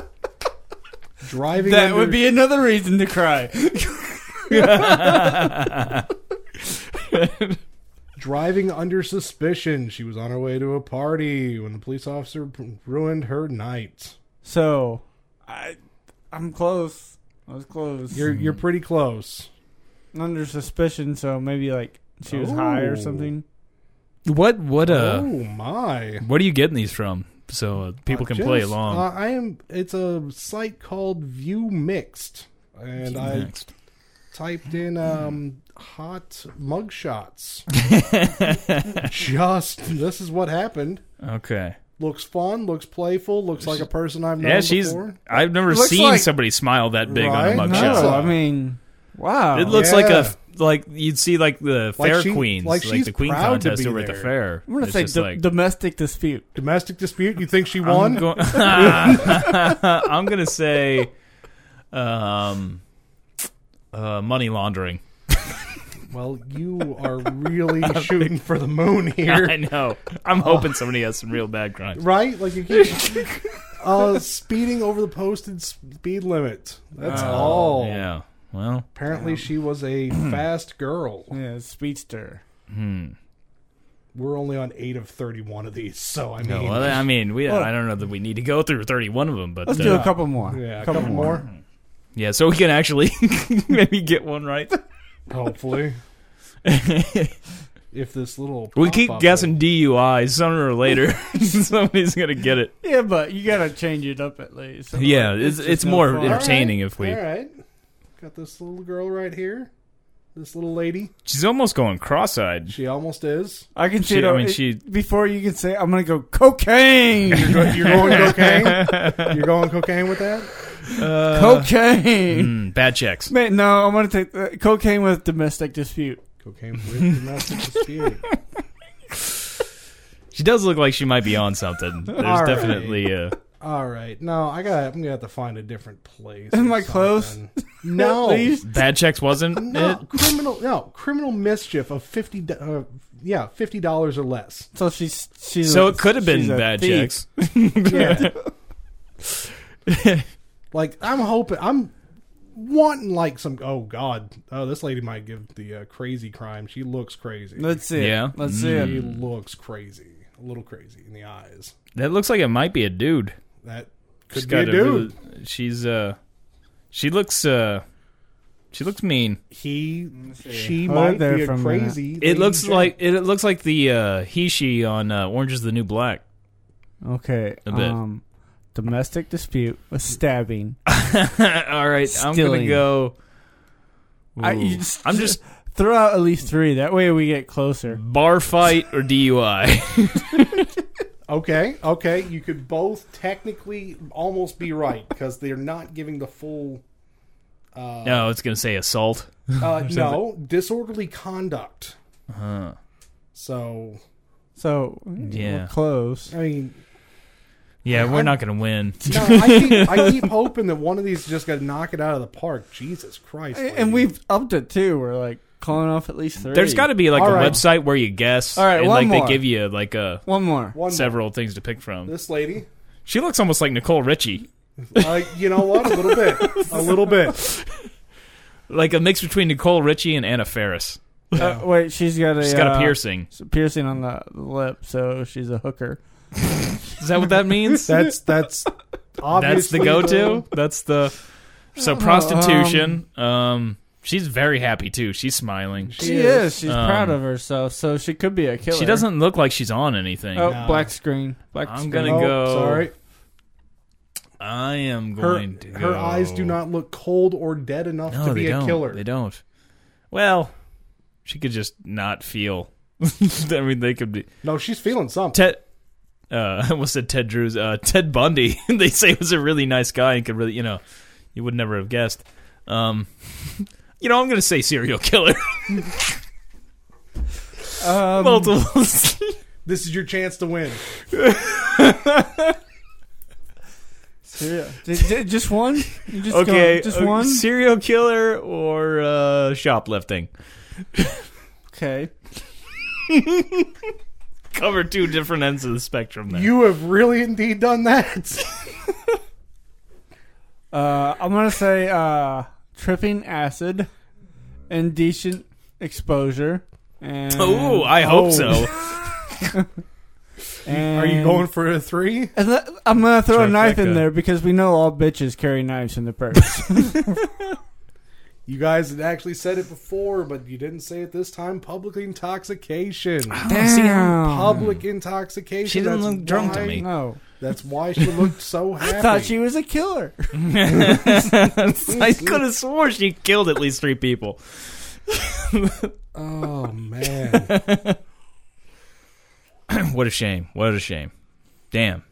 S3: Driving
S5: that
S3: under-
S5: would be another reason to cry.
S3: Driving under suspicion, she was on her way to a party when the police officer p- ruined her night.
S5: So, I, I'm close. I was close.
S3: You're you're pretty close.
S5: under suspicion, so maybe like she was high or
S3: Oh.
S5: something.
S4: What? What? Uh,
S3: oh my!
S4: what are you getting these from? So uh, people can play
S3: Just,
S4: along.
S3: Uh, I am. It's a site called View Mixed, and I
S4: Next.
S3: typed in um, hot mugshots. Just this is what happened.
S4: Okay.
S3: Looks fun. Looks playful. Looks like a person I've known
S4: Yeah, she's.
S3: before.
S4: I've never
S5: Looks
S4: seen
S5: like-
S4: somebody smile that big
S3: Right? No.
S4: on a
S5: No,
S4: mugshot.
S5: I mean, wow.
S4: It looks
S3: Yeah.
S4: like a like you'd see like the
S3: Like
S4: fair
S3: she-
S4: queens, like,
S3: like she's
S4: the queen
S3: proud to
S4: contest
S3: be
S4: over at the
S3: there.
S4: fair.
S5: I'm gonna
S4: It's
S5: say
S4: just
S5: do-
S4: like,
S5: domestic dispute.
S3: Domestic dispute. You think she
S4: I'm
S3: won?
S4: go- I'm gonna say, um, uh, money laundering.
S3: well, you are really shooting for the moon here.
S4: I know.
S5: Oh.
S4: I'm hoping somebody has some real bad crimes.
S3: right? Like you keep uh, speeding over the posted speed limit. That's
S5: Oh.
S3: all.
S4: Oh, Yeah. Well,
S3: Apparently, she was a fast girl.
S5: Yeah, speedster.
S4: hmm.
S3: We're only on eight of thirty-one of these, so I mean,
S4: no, well, I mean, we.
S5: Well-
S4: I don't know that we need to go through 31 of them, but
S5: Let's
S4: uh,
S5: do a couple more.
S3: yeah, a couple, more,
S4: yeah, so we can actually maybe get one right.
S3: hopefully. if this little
S4: We
S3: pop
S4: keep
S3: up-
S4: guessing DUI. Sooner or later, somebody's gonna get it.
S5: Yeah, but you gotta change it up at least.
S4: Yeah, it's-
S5: just
S4: it's
S5: no
S4: more
S5: fun.
S4: inter-
S3: All right,
S4: entertaining if we-
S3: All right, got this little girl right here. This little lady,
S4: She's almost going cross-eyed.
S3: she almost is.
S5: I can see.
S4: She-
S5: it,
S4: I mean,
S5: it-
S4: she-
S5: Before you can say, I'm gonna go cocaine,
S3: You're, go- you're going cocaine. You're going cocaine with that.
S5: Uh, cocaine.
S4: Mm, bad checks.
S5: Man, no, I'm gonna take uh, cocaine with domestic dispute.
S3: Cocaine with domestic dispute.
S4: She does look like she might be on something. There's
S3: right.
S4: definitely uh
S3: All right, no, I got. I'm gonna have to find a different place.
S5: Am
S3: or
S5: I close?
S3: something. No,
S5: Please?
S4: bad checks wasn't
S3: no
S4: it?
S3: criminal. No criminal mischief of fifty. do- Uh, yeah, fifty dollars or less.
S5: So she's she's
S4: so
S5: a-
S4: it could have been
S5: she's a
S4: bad
S5: thief.
S4: checks.
S3: Yeah. like I'm hoping I'm wanting like some oh god oh this lady might give the uh, crazy crime. She looks crazy.
S5: Let's see. it.
S4: Yeah. Mm.
S5: Let's see.
S3: She
S5: it.
S3: looks crazy, a little crazy in the eyes.
S4: That looks like it might be a dude.
S3: That
S4: She's
S3: could be a dude.
S4: really- she's uh, she looks uh, she looks mean.
S3: He
S5: see.
S3: she
S5: Hold
S3: might
S5: there
S3: be a
S5: for a minute.
S3: crazy.
S4: It
S3: lady
S4: looks
S3: chick.
S4: like it, looks like the uh, he she on uh, Orange is the New Black.
S5: Okay.
S4: A bit.
S5: Um, domestic dispute with stabbing.
S4: All right, I'm gonna
S5: Stealing.
S4: go.
S5: I,
S4: Ooh.
S5: you just,
S4: I'm just
S5: throw out at least three. That way we get closer.
S4: bar fight or DUI.
S3: okay, okay. You could both technically almost be right because they're not giving the full. Uh,
S4: no, it's gonna say assault.
S3: Uh, no, disorderly conduct.
S4: Uh-huh.
S3: So
S5: So
S4: Yeah.
S5: we're close.
S3: I mean,
S4: Yeah, we're
S3: I'm-
S4: not gonna win.
S3: no, I, keep, I keep hoping that one of these is just going to knock it out of the park. Jesus Christ! lady.
S5: And we've upped it too. We're like calling off at least three.
S4: There's got to be like
S3: All
S4: a
S3: right.
S4: website where you guess,
S5: All right,
S4: and like
S5: one
S4: they
S5: more.
S4: give you like a
S5: one more.
S3: one
S4: several things to pick from.
S3: This lady,
S4: She looks almost like Nicole Richie,
S3: uh, you know what? A little bit, a little bit.
S4: like a mix between Nicole Richie and Anna Faris.
S5: Uh, wait, she's got a
S4: She's got a
S5: uh,
S4: piercing.
S5: s- piercing on the lip, so she's a hooker.
S4: Is that what that means?
S3: That's that's
S4: That's the
S3: obviously Uh,
S4: go-to. That's the so
S5: know,
S4: prostitution. Um, she's very happy too. She's smiling.
S5: She,
S3: She
S5: is.
S3: is.
S5: She's
S4: Um,
S5: proud of herself, so she could be a killer.
S4: She doesn't look like she's on anything.
S5: Oh,
S3: No.
S5: black screen. Black
S4: I'm
S5: screen.
S4: gonna
S3: Oh,
S4: go.
S3: sorry.
S4: I am
S3: Her,
S4: going to.
S3: her
S4: go-
S3: eyes do not look cold or dead enough
S4: No,
S3: to
S4: they
S3: be a
S4: don't.
S3: killer.
S4: They don't. Well, she could just not feel. I mean, they could be.
S3: No, she's feeling something.
S4: Ted. Uh, I almost said Ted Drews. Uh, Ted Bundy. they say was a really nice guy and could really, you know, you would never have guessed. Um, you know, I'm gonna say serial killer.
S5: Um,
S4: Multiples.
S3: This is your chance to win.
S5: yeah. J- j- just one. You just
S4: okay,
S5: go- just
S4: uh,
S5: one.
S4: serial killer or uh, shoplifting.
S5: Okay.
S4: Cover two different ends of the spectrum. There.
S3: You have really indeed done that.
S5: Uh, I'm gonna say uh, tripping acid, indecent exposure. And,
S4: oh, I hope
S5: Oh,
S4: so.
S5: and-
S3: Are you going for a three?
S5: And let- I'm gonna throw a knife
S4: Trifecta.
S5: in there because we know all bitches carry knives in their purse.
S3: You guys had actually said it before, but you didn't say it this time. Public intoxication.
S5: Damn.
S3: Public intoxication.
S4: Hmm. She didn't
S3: That's
S4: look drunk to
S3: why-
S4: me.
S5: No,
S3: That's why she looked so happy.
S5: I thought she was a killer.
S4: I could have swore she killed at least three people.
S3: Oh man.
S4: what a shame. What a shame. Damn.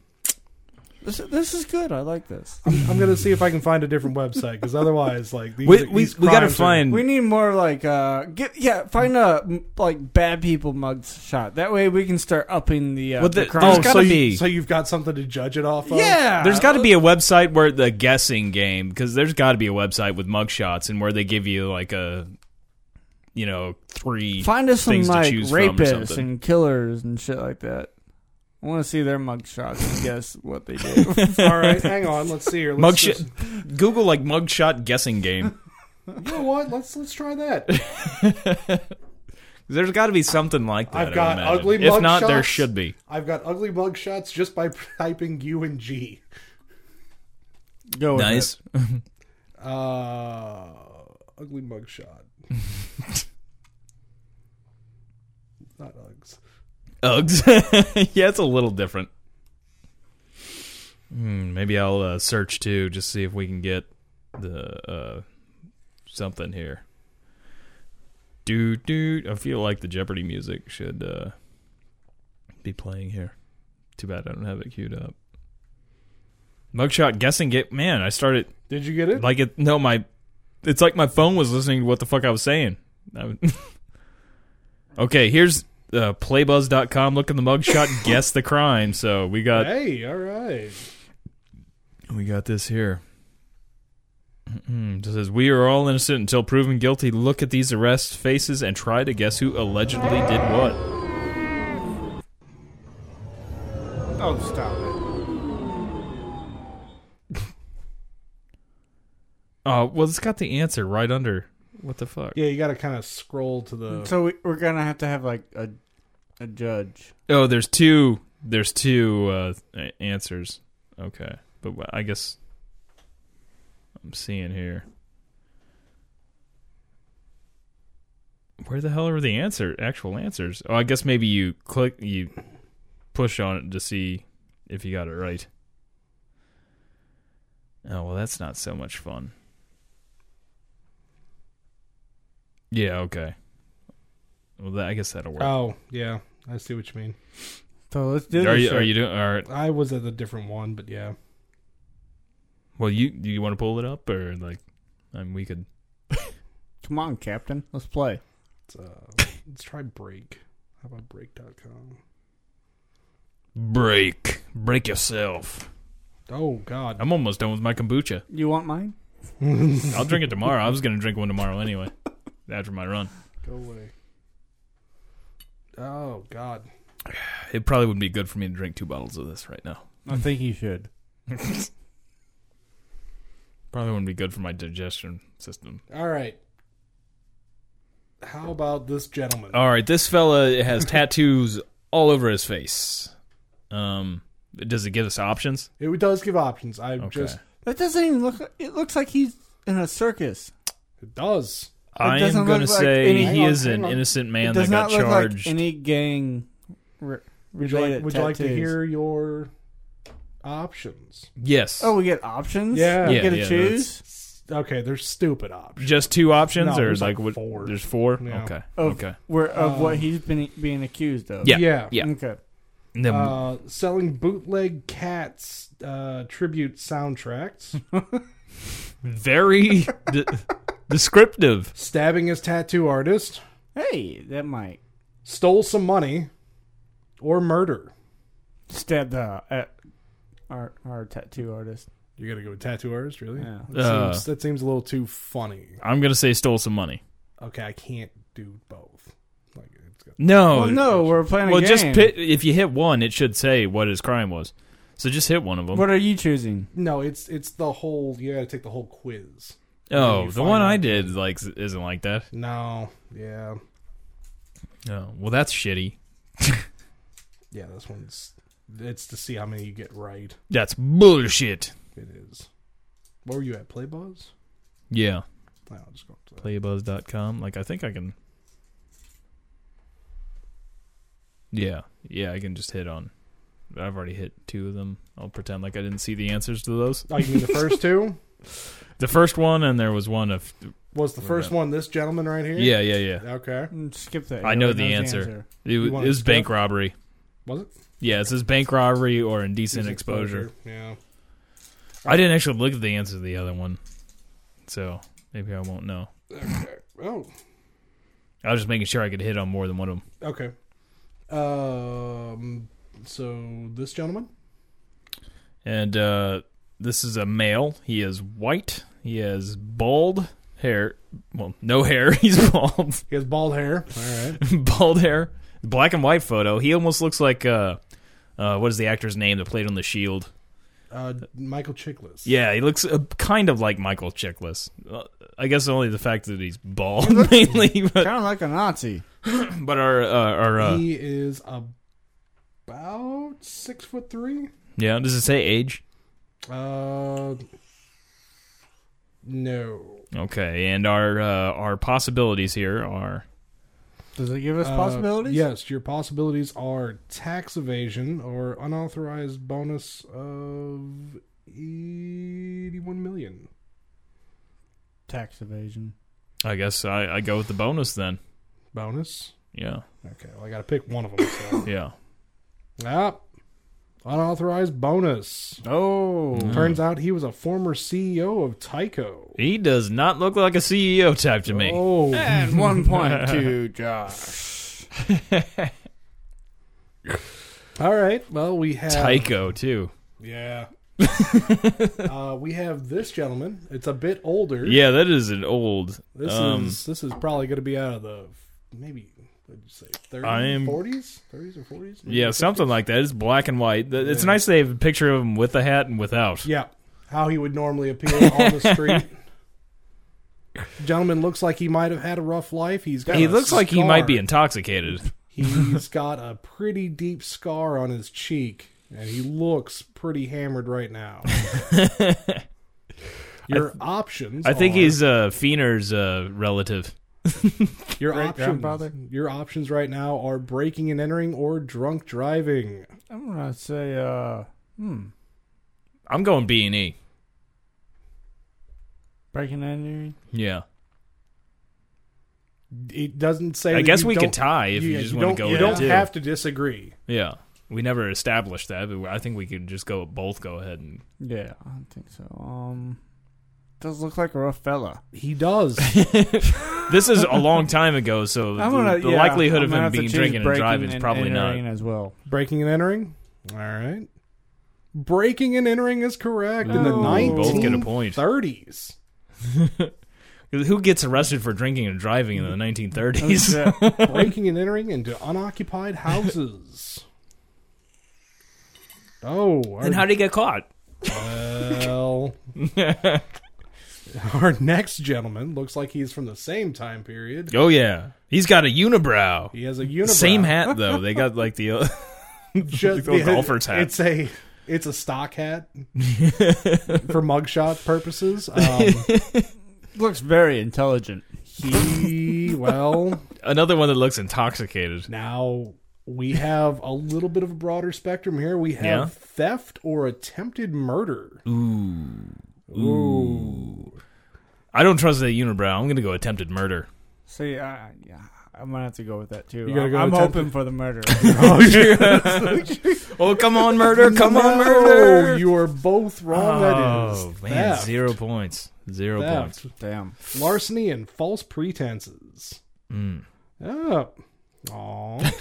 S5: This, this is good. I like this.
S4: Mm.
S3: I'm gonna see if I can find a different website because otherwise, like these,
S4: We, we,
S3: these
S4: we gotta
S3: crimes are-
S4: find.
S5: We need more like uh, get yeah, find a m- like bad people mugs shot. That way we can start upping the uh,
S4: Well,
S5: the,
S4: the-
S5: crime.
S4: oh,
S3: so
S4: gotta
S3: you,
S4: be.
S3: So you've got something to judge it off of.
S5: yeah,
S4: There's
S3: Uh,
S4: got to be a website where the guessing game, because there's got to be a website with mugshots and where they give you like a, you know, three.
S5: find us some
S4: things to
S5: like
S4: choose from or
S5: rapists
S4: something.
S5: and killers and shit like that. I want to see their mug shots and guess what they do.
S3: All right, hang on. Let's see here. Let's
S4: Mugshot.
S3: just-
S4: Google like mugshot guessing game.
S3: You know what? Let's let's try that.
S4: There's got to be something like that.
S3: I've
S4: I would
S3: got
S4: imagine.
S3: ugly
S4: If not, there
S3: mugshots.
S4: should be.
S3: I've got ugly mug shots just by typing U and G.
S5: Go with it.
S4: Nice.
S3: Uh, ugly mug shot. Not Uggs.
S4: Uggs. yeah, it's a little different. Hmm, maybe I'll uh, search too, just see if we can get the uh, something here. Do do. I feel like the Jeopardy music should uh, be playing here. Too bad I don't have it queued up. Mugshot guessing game. Man, I started
S3: Did you get it?
S4: like it. No, my. It's like my phone was listening to what the fuck I was saying. I would- okay, here's uh, playbuzz.com. Look in the mugshot. guess the crime. So we got
S3: hey, all right.
S4: we got this here. Mm, It says we are all innocent until proven guilty. Look at these arrest faces and try to guess who allegedly did what.
S5: Oh, stop it.
S4: Oh, well, it's got the answer right under. What the fuck?
S3: Yeah, you got to kind of scroll to the.
S5: So we, we're gonna have to have like a a judge.
S4: Oh, there's two. There's two uh, a- answers. Okay, but wh- I guess I'm seeing here. Where the hell are the answer? Actual answers? Oh, I guess maybe you click, you push on it to see if you got it right. Oh well, that's not so much fun. Yeah. Okay. Well, that, I guess that'll work.
S3: oh, yeah. I see what you mean.
S5: So let's do
S4: are you
S5: this. shit.
S4: are you doing all right?
S3: I was at a different one, but yeah.
S4: Well, you do you want to pull it up or like, I mean, we could.
S5: Come on, Captain. Let's play.
S3: Let's, uh, let's try Break. How about Break.com?
S4: Break, break yourself.
S3: Oh, God.
S4: I'm almost done with my kombucha.
S5: You want mine?
S4: I'll drink it tomorrow. I was gonna drink one tomorrow anyway, after my run.
S3: Go away. Oh, God.
S4: It probably would be good for me to drink two bottles of this right now.
S5: I think you should.
S4: Probably wouldn't be good for my digestion system.
S3: All right. How about this gentleman?
S4: All right, this fella has tattoos all over his face. Um, does it give us options?
S3: It does give options. I
S4: Okay.
S3: just.
S5: That doesn't even look. It looks like he's in a circus.
S3: It does.
S4: I am
S5: doesn't
S4: gonna
S5: look like
S4: say
S5: any-
S4: he
S5: Hang on,
S4: is
S5: hang
S4: an
S5: on.
S4: innocent man
S5: it does
S4: that got
S5: not look
S4: charged.
S5: like any gang. Re-
S3: Would you, like,
S5: related
S3: would you like to
S5: tattoos.
S3: hear your options?
S4: yes.
S5: Oh, we get options.
S3: Yeah.
S5: we
S4: Yeah,
S5: get to
S4: yeah,
S5: choose.
S3: Okay, they're stupid options.
S4: Just two options,
S3: No,
S4: or
S3: there's
S4: like
S3: like
S4: what?
S3: four.
S4: There's four.
S3: Yeah.
S4: Okay.
S5: Of,
S4: Okay.
S5: Where of
S3: Um,
S5: what he's been being accused of.
S4: Oh, Yeah. Mm,
S3: Yeah.
S4: Yeah.
S5: Okay.
S4: And then
S3: Uh, selling bootleg cats uh, tribute soundtracks,
S4: very de- descriptive.
S3: stabbing his tattoo artist,
S5: Hey, that might
S3: stole some money, or murder.
S5: stab the uh, our our tattoo artist.
S3: You're gonna go with tattoo artist, really?
S5: Yeah.
S3: That,
S4: Uh.
S3: seems, that seems a little too funny.
S4: I'm gonna say stole some money.
S3: Okay, I can't do both. Like, it's got-
S4: No.
S5: well, no, we're playing.
S4: Oh,
S5: A
S4: Well,
S5: game.
S4: just pit, if you hit one, it should say what his crime was. So just hit one of them.
S5: What are you choosing?
S3: no, it's it's the whole. You gotta take the whole quiz.
S4: oh,
S3: you
S4: the
S3: find
S4: one I
S3: out.
S4: did like isn't like that.
S3: No, yeah,
S4: Oh, well, that's shitty.
S3: yeah. This one's it's to see how many you get right.
S4: That's bullshit.
S3: It is. Where were you at? Playbuzz?
S4: Yeah.
S3: No, I'll just go up to that.
S4: Playbuzz.com. Like I think I can. Yeah, yeah, I can just hit on. I've already hit two of them. I'll pretend like I didn't see the answers to those.
S3: Oh, you mean the first two?
S4: The first one, and there was one of.
S3: Was the
S4: We're
S3: first
S4: good.
S3: one this gentleman right here?
S4: Yeah, yeah, yeah.
S3: Okay.
S5: Mm, Skip that.
S4: I know the
S5: knows
S4: answer. It,
S3: You
S4: was-
S3: want
S4: it
S3: to
S4: was bank
S3: skip?
S4: robbery.
S3: Was it?
S4: Yeah, it says bank robbery or indecent exposure.
S3: Yeah.
S4: I didn't actually look at the answer to the other one, so maybe I won't know.
S3: Oh.
S4: I was just making sure I could hit on more than one of them.
S3: Okay. Um. So this gentleman.
S4: And uh, this is a male. He is white. He has bald hair. Well, no hair. He's bald.
S3: He has bald hair. All right.
S4: bald hair. Black and white photo. He almost looks like uh, uh, what is the actor's name that played on The Shield?
S3: Uh, Michael Chiklis.
S4: Yeah, he looks uh, kind of like Michael Chiklis. Uh, I guess only the fact that he's bald
S5: looks-
S4: mainly, but,
S5: Kind of like a Nazi.
S4: but our uh, our uh,
S3: He is about six foot three.
S4: yeah. Does it say age?
S3: Uh. No.
S4: Okay, and our uh, our possibilities here are
S5: Does it give us
S3: Uh,
S5: possibilities?
S3: Yes, your possibilities are tax evasion or unauthorized bonus of eighty-one million.
S5: Tax evasion.
S4: I guess I, I go with the bonus then.
S3: Bonus.
S4: Yeah,
S3: Okay, well, I got to pick one of them. So.
S4: yeah.
S3: ah, unauthorized bonus.
S5: Oh.
S4: Mm.
S3: Turns out he was a former CEO of Tyco.
S4: He does not look like a CEO type to me.
S3: Oh,
S5: And one point to Josh.
S3: all right. Well, we have
S4: Tyco too.
S3: Yeah. uh, we have this gentleman. It's a bit older.
S4: Yeah, that is an old.
S3: This
S4: um,
S3: is this is probably going to be out of the maybe What did you say? 30s,
S4: I am-
S3: 40s? 30s or 40s? Maybe
S4: Yeah,
S3: 50s?
S4: something like that. It's black and white. Th- It's nice they have a picture of him with a hat and without.
S3: Yeah. How he would normally appear on the street. Gentleman looks like he might have had a rough life. He's got
S4: He
S3: a
S4: looks like he might be
S3: scar.
S4: intoxicated.
S3: He's got a pretty deep scar on his cheek, and he looks pretty hammered right now. Your options.
S4: I think
S3: are-
S4: he's uh, Fiener's uh, relative.
S3: your
S5: great-grandfather.
S3: options. Your options right now are breaking and entering or drunk driving.
S5: I'm gonna say, uh, hmm,
S4: I'm going B and E.
S5: breaking entering.
S4: Yeah,
S3: It doesn't say.
S4: I
S3: that
S4: guess
S3: you
S4: we
S3: don't-
S4: could tie if you, just
S3: don't-
S4: want to go.
S3: You
S4: ahead
S3: don't
S4: too.
S3: have to disagree.
S4: Yeah, we never established that, but I think we could just go both. Go ahead and
S5: Yeah, I don't think so. Um, does look like a rough fella.
S3: He does.
S4: this is a long time ago, so the,
S5: I'm gonna,
S4: the
S5: yeah,
S4: likelihood
S5: I'm
S4: of
S5: gonna
S4: him
S5: have to
S4: being
S5: choose
S4: drinking and
S5: breaking
S4: driving is probably
S5: entering
S4: not.
S5: as well.
S3: Breaking and entering. All right. Breaking and entering is correct in the
S5: Ooh, we
S4: both get a
S3: 1930s.
S4: point. Who gets arrested for drinking and driving in the 1930s?
S5: Yeah.
S3: Breaking and entering into unoccupied houses. Oh, our,
S4: and how did he get caught?
S3: well, our next gentleman looks like he's from the same time period.
S4: Oh yeah, he's got a unibrow.
S3: He has a unibrow.
S4: Same hat though. They got like the uh,
S3: Ju-
S4: the golfer's hat.
S3: It's a it's a stock hat for mugshot purposes. Um,
S5: Looks very intelligent.
S3: he well
S4: another one that looks intoxicated.
S3: Now we have a little bit of a broader spectrum here. We have
S4: Yeah.
S3: theft or attempted murder.
S4: I don't trust the unibrow. I'm gonna go attempted murder.
S5: See, I, yeah, I'm gonna have to go with that too.
S3: You gotta
S5: I'm,
S3: go
S5: I'm
S3: attempt-
S5: hoping for the murder.
S4: Oh come on murder! Come on
S3: No,
S4: murder!
S3: You are both wrong.
S4: Oh
S3: that is
S4: man,
S3: theft.
S4: zero points. Zero points.
S3: Theft,
S5: Damn.
S3: larceny, and false pretenses.
S4: Mm.
S3: Oh, Aw.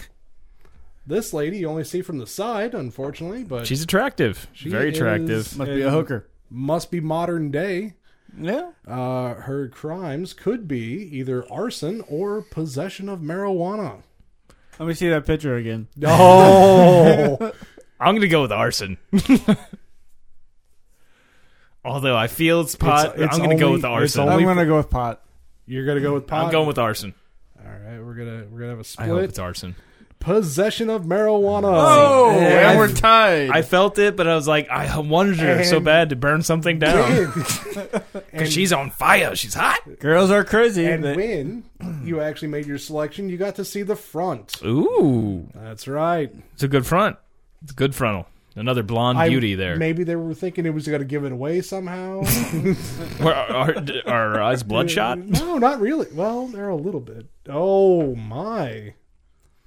S3: this lady you only see from the side, unfortunately, but
S4: She's attractive.
S3: she
S4: Very
S3: is-
S4: attractive.
S5: Must be a hooker.
S3: Must be modern day.
S5: Yeah.
S3: Uh, her crimes could be either arson or possession of marijuana.
S5: Let me see that picture again.
S3: Oh,
S4: I'm gonna go with arson. Although I feel it's pot,
S3: It's- it's
S4: I'm gonna go
S3: only-
S4: with the
S3: it's
S4: arson.
S3: only-
S5: I'm gonna go with pot.
S3: you're gonna go with pot.
S4: I'm going with arson.
S3: All right, we're gonna we're gonna have a
S4: I hope
S3: split.
S4: it's arson.
S3: Possession of marijuana.
S5: Oh, and
S4: I-
S5: we're tied.
S4: I felt it, but I was like, I wanted her so
S3: And-
S4: bad to burn something down.
S3: and,
S4: She's on fire. She's hot.
S5: Girls are crazy.
S3: and
S5: They-
S3: when you actually made your selection, you got to see the front.
S4: Ooh,
S3: That's right.
S4: it's a good front. It's a good frontal. Another blonde
S3: I-
S4: beauty there.
S3: Maybe they were thinking it was gonna give it away somehow.
S4: Are, are, are her eyes bloodshot?
S3: no, not really. Well, they're a little bit. Oh my!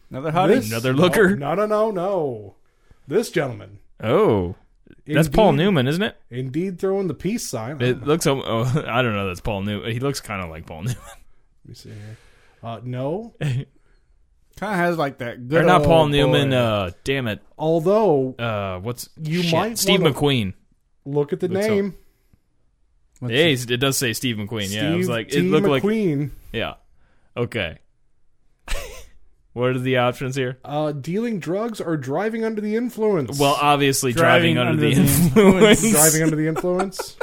S5: another hottie.
S3: This-
S4: Another looker?
S3: No, no, no, no. This gentleman.
S4: Oh, that's Paul
S3: Indeed-
S4: Newman, isn't it?
S3: Indeed, throwing the peace sign.
S4: It looks. Oh, oh, I don't know. That's Paul Newman. He looks kind of like Paul Newman.
S3: Let me see here. Uh, no.
S5: Kind of has like that. Good
S4: Or not
S5: old
S4: Paul
S5: boy.
S4: Newman. Uh, damn it.
S3: Although,
S4: Uh, what's
S3: You
S4: shit,
S3: might
S4: Steve
S3: wanna-
S4: McQueen.
S3: look at the
S4: Looks
S3: name.
S5: What's
S4: Yeah, he's- it does say Steve McQueen. yeah, it was
S3: Steve
S4: like
S3: T.
S4: it looked like.
S3: McQueen.
S4: Yeah. Okay. what are the options here?
S3: Uh, dealing drugs or driving under the influence.
S4: Well, uh, obviously driving,
S5: Driving
S4: under,
S5: under
S4: the,
S5: the
S4: influence.
S3: driving under the influence.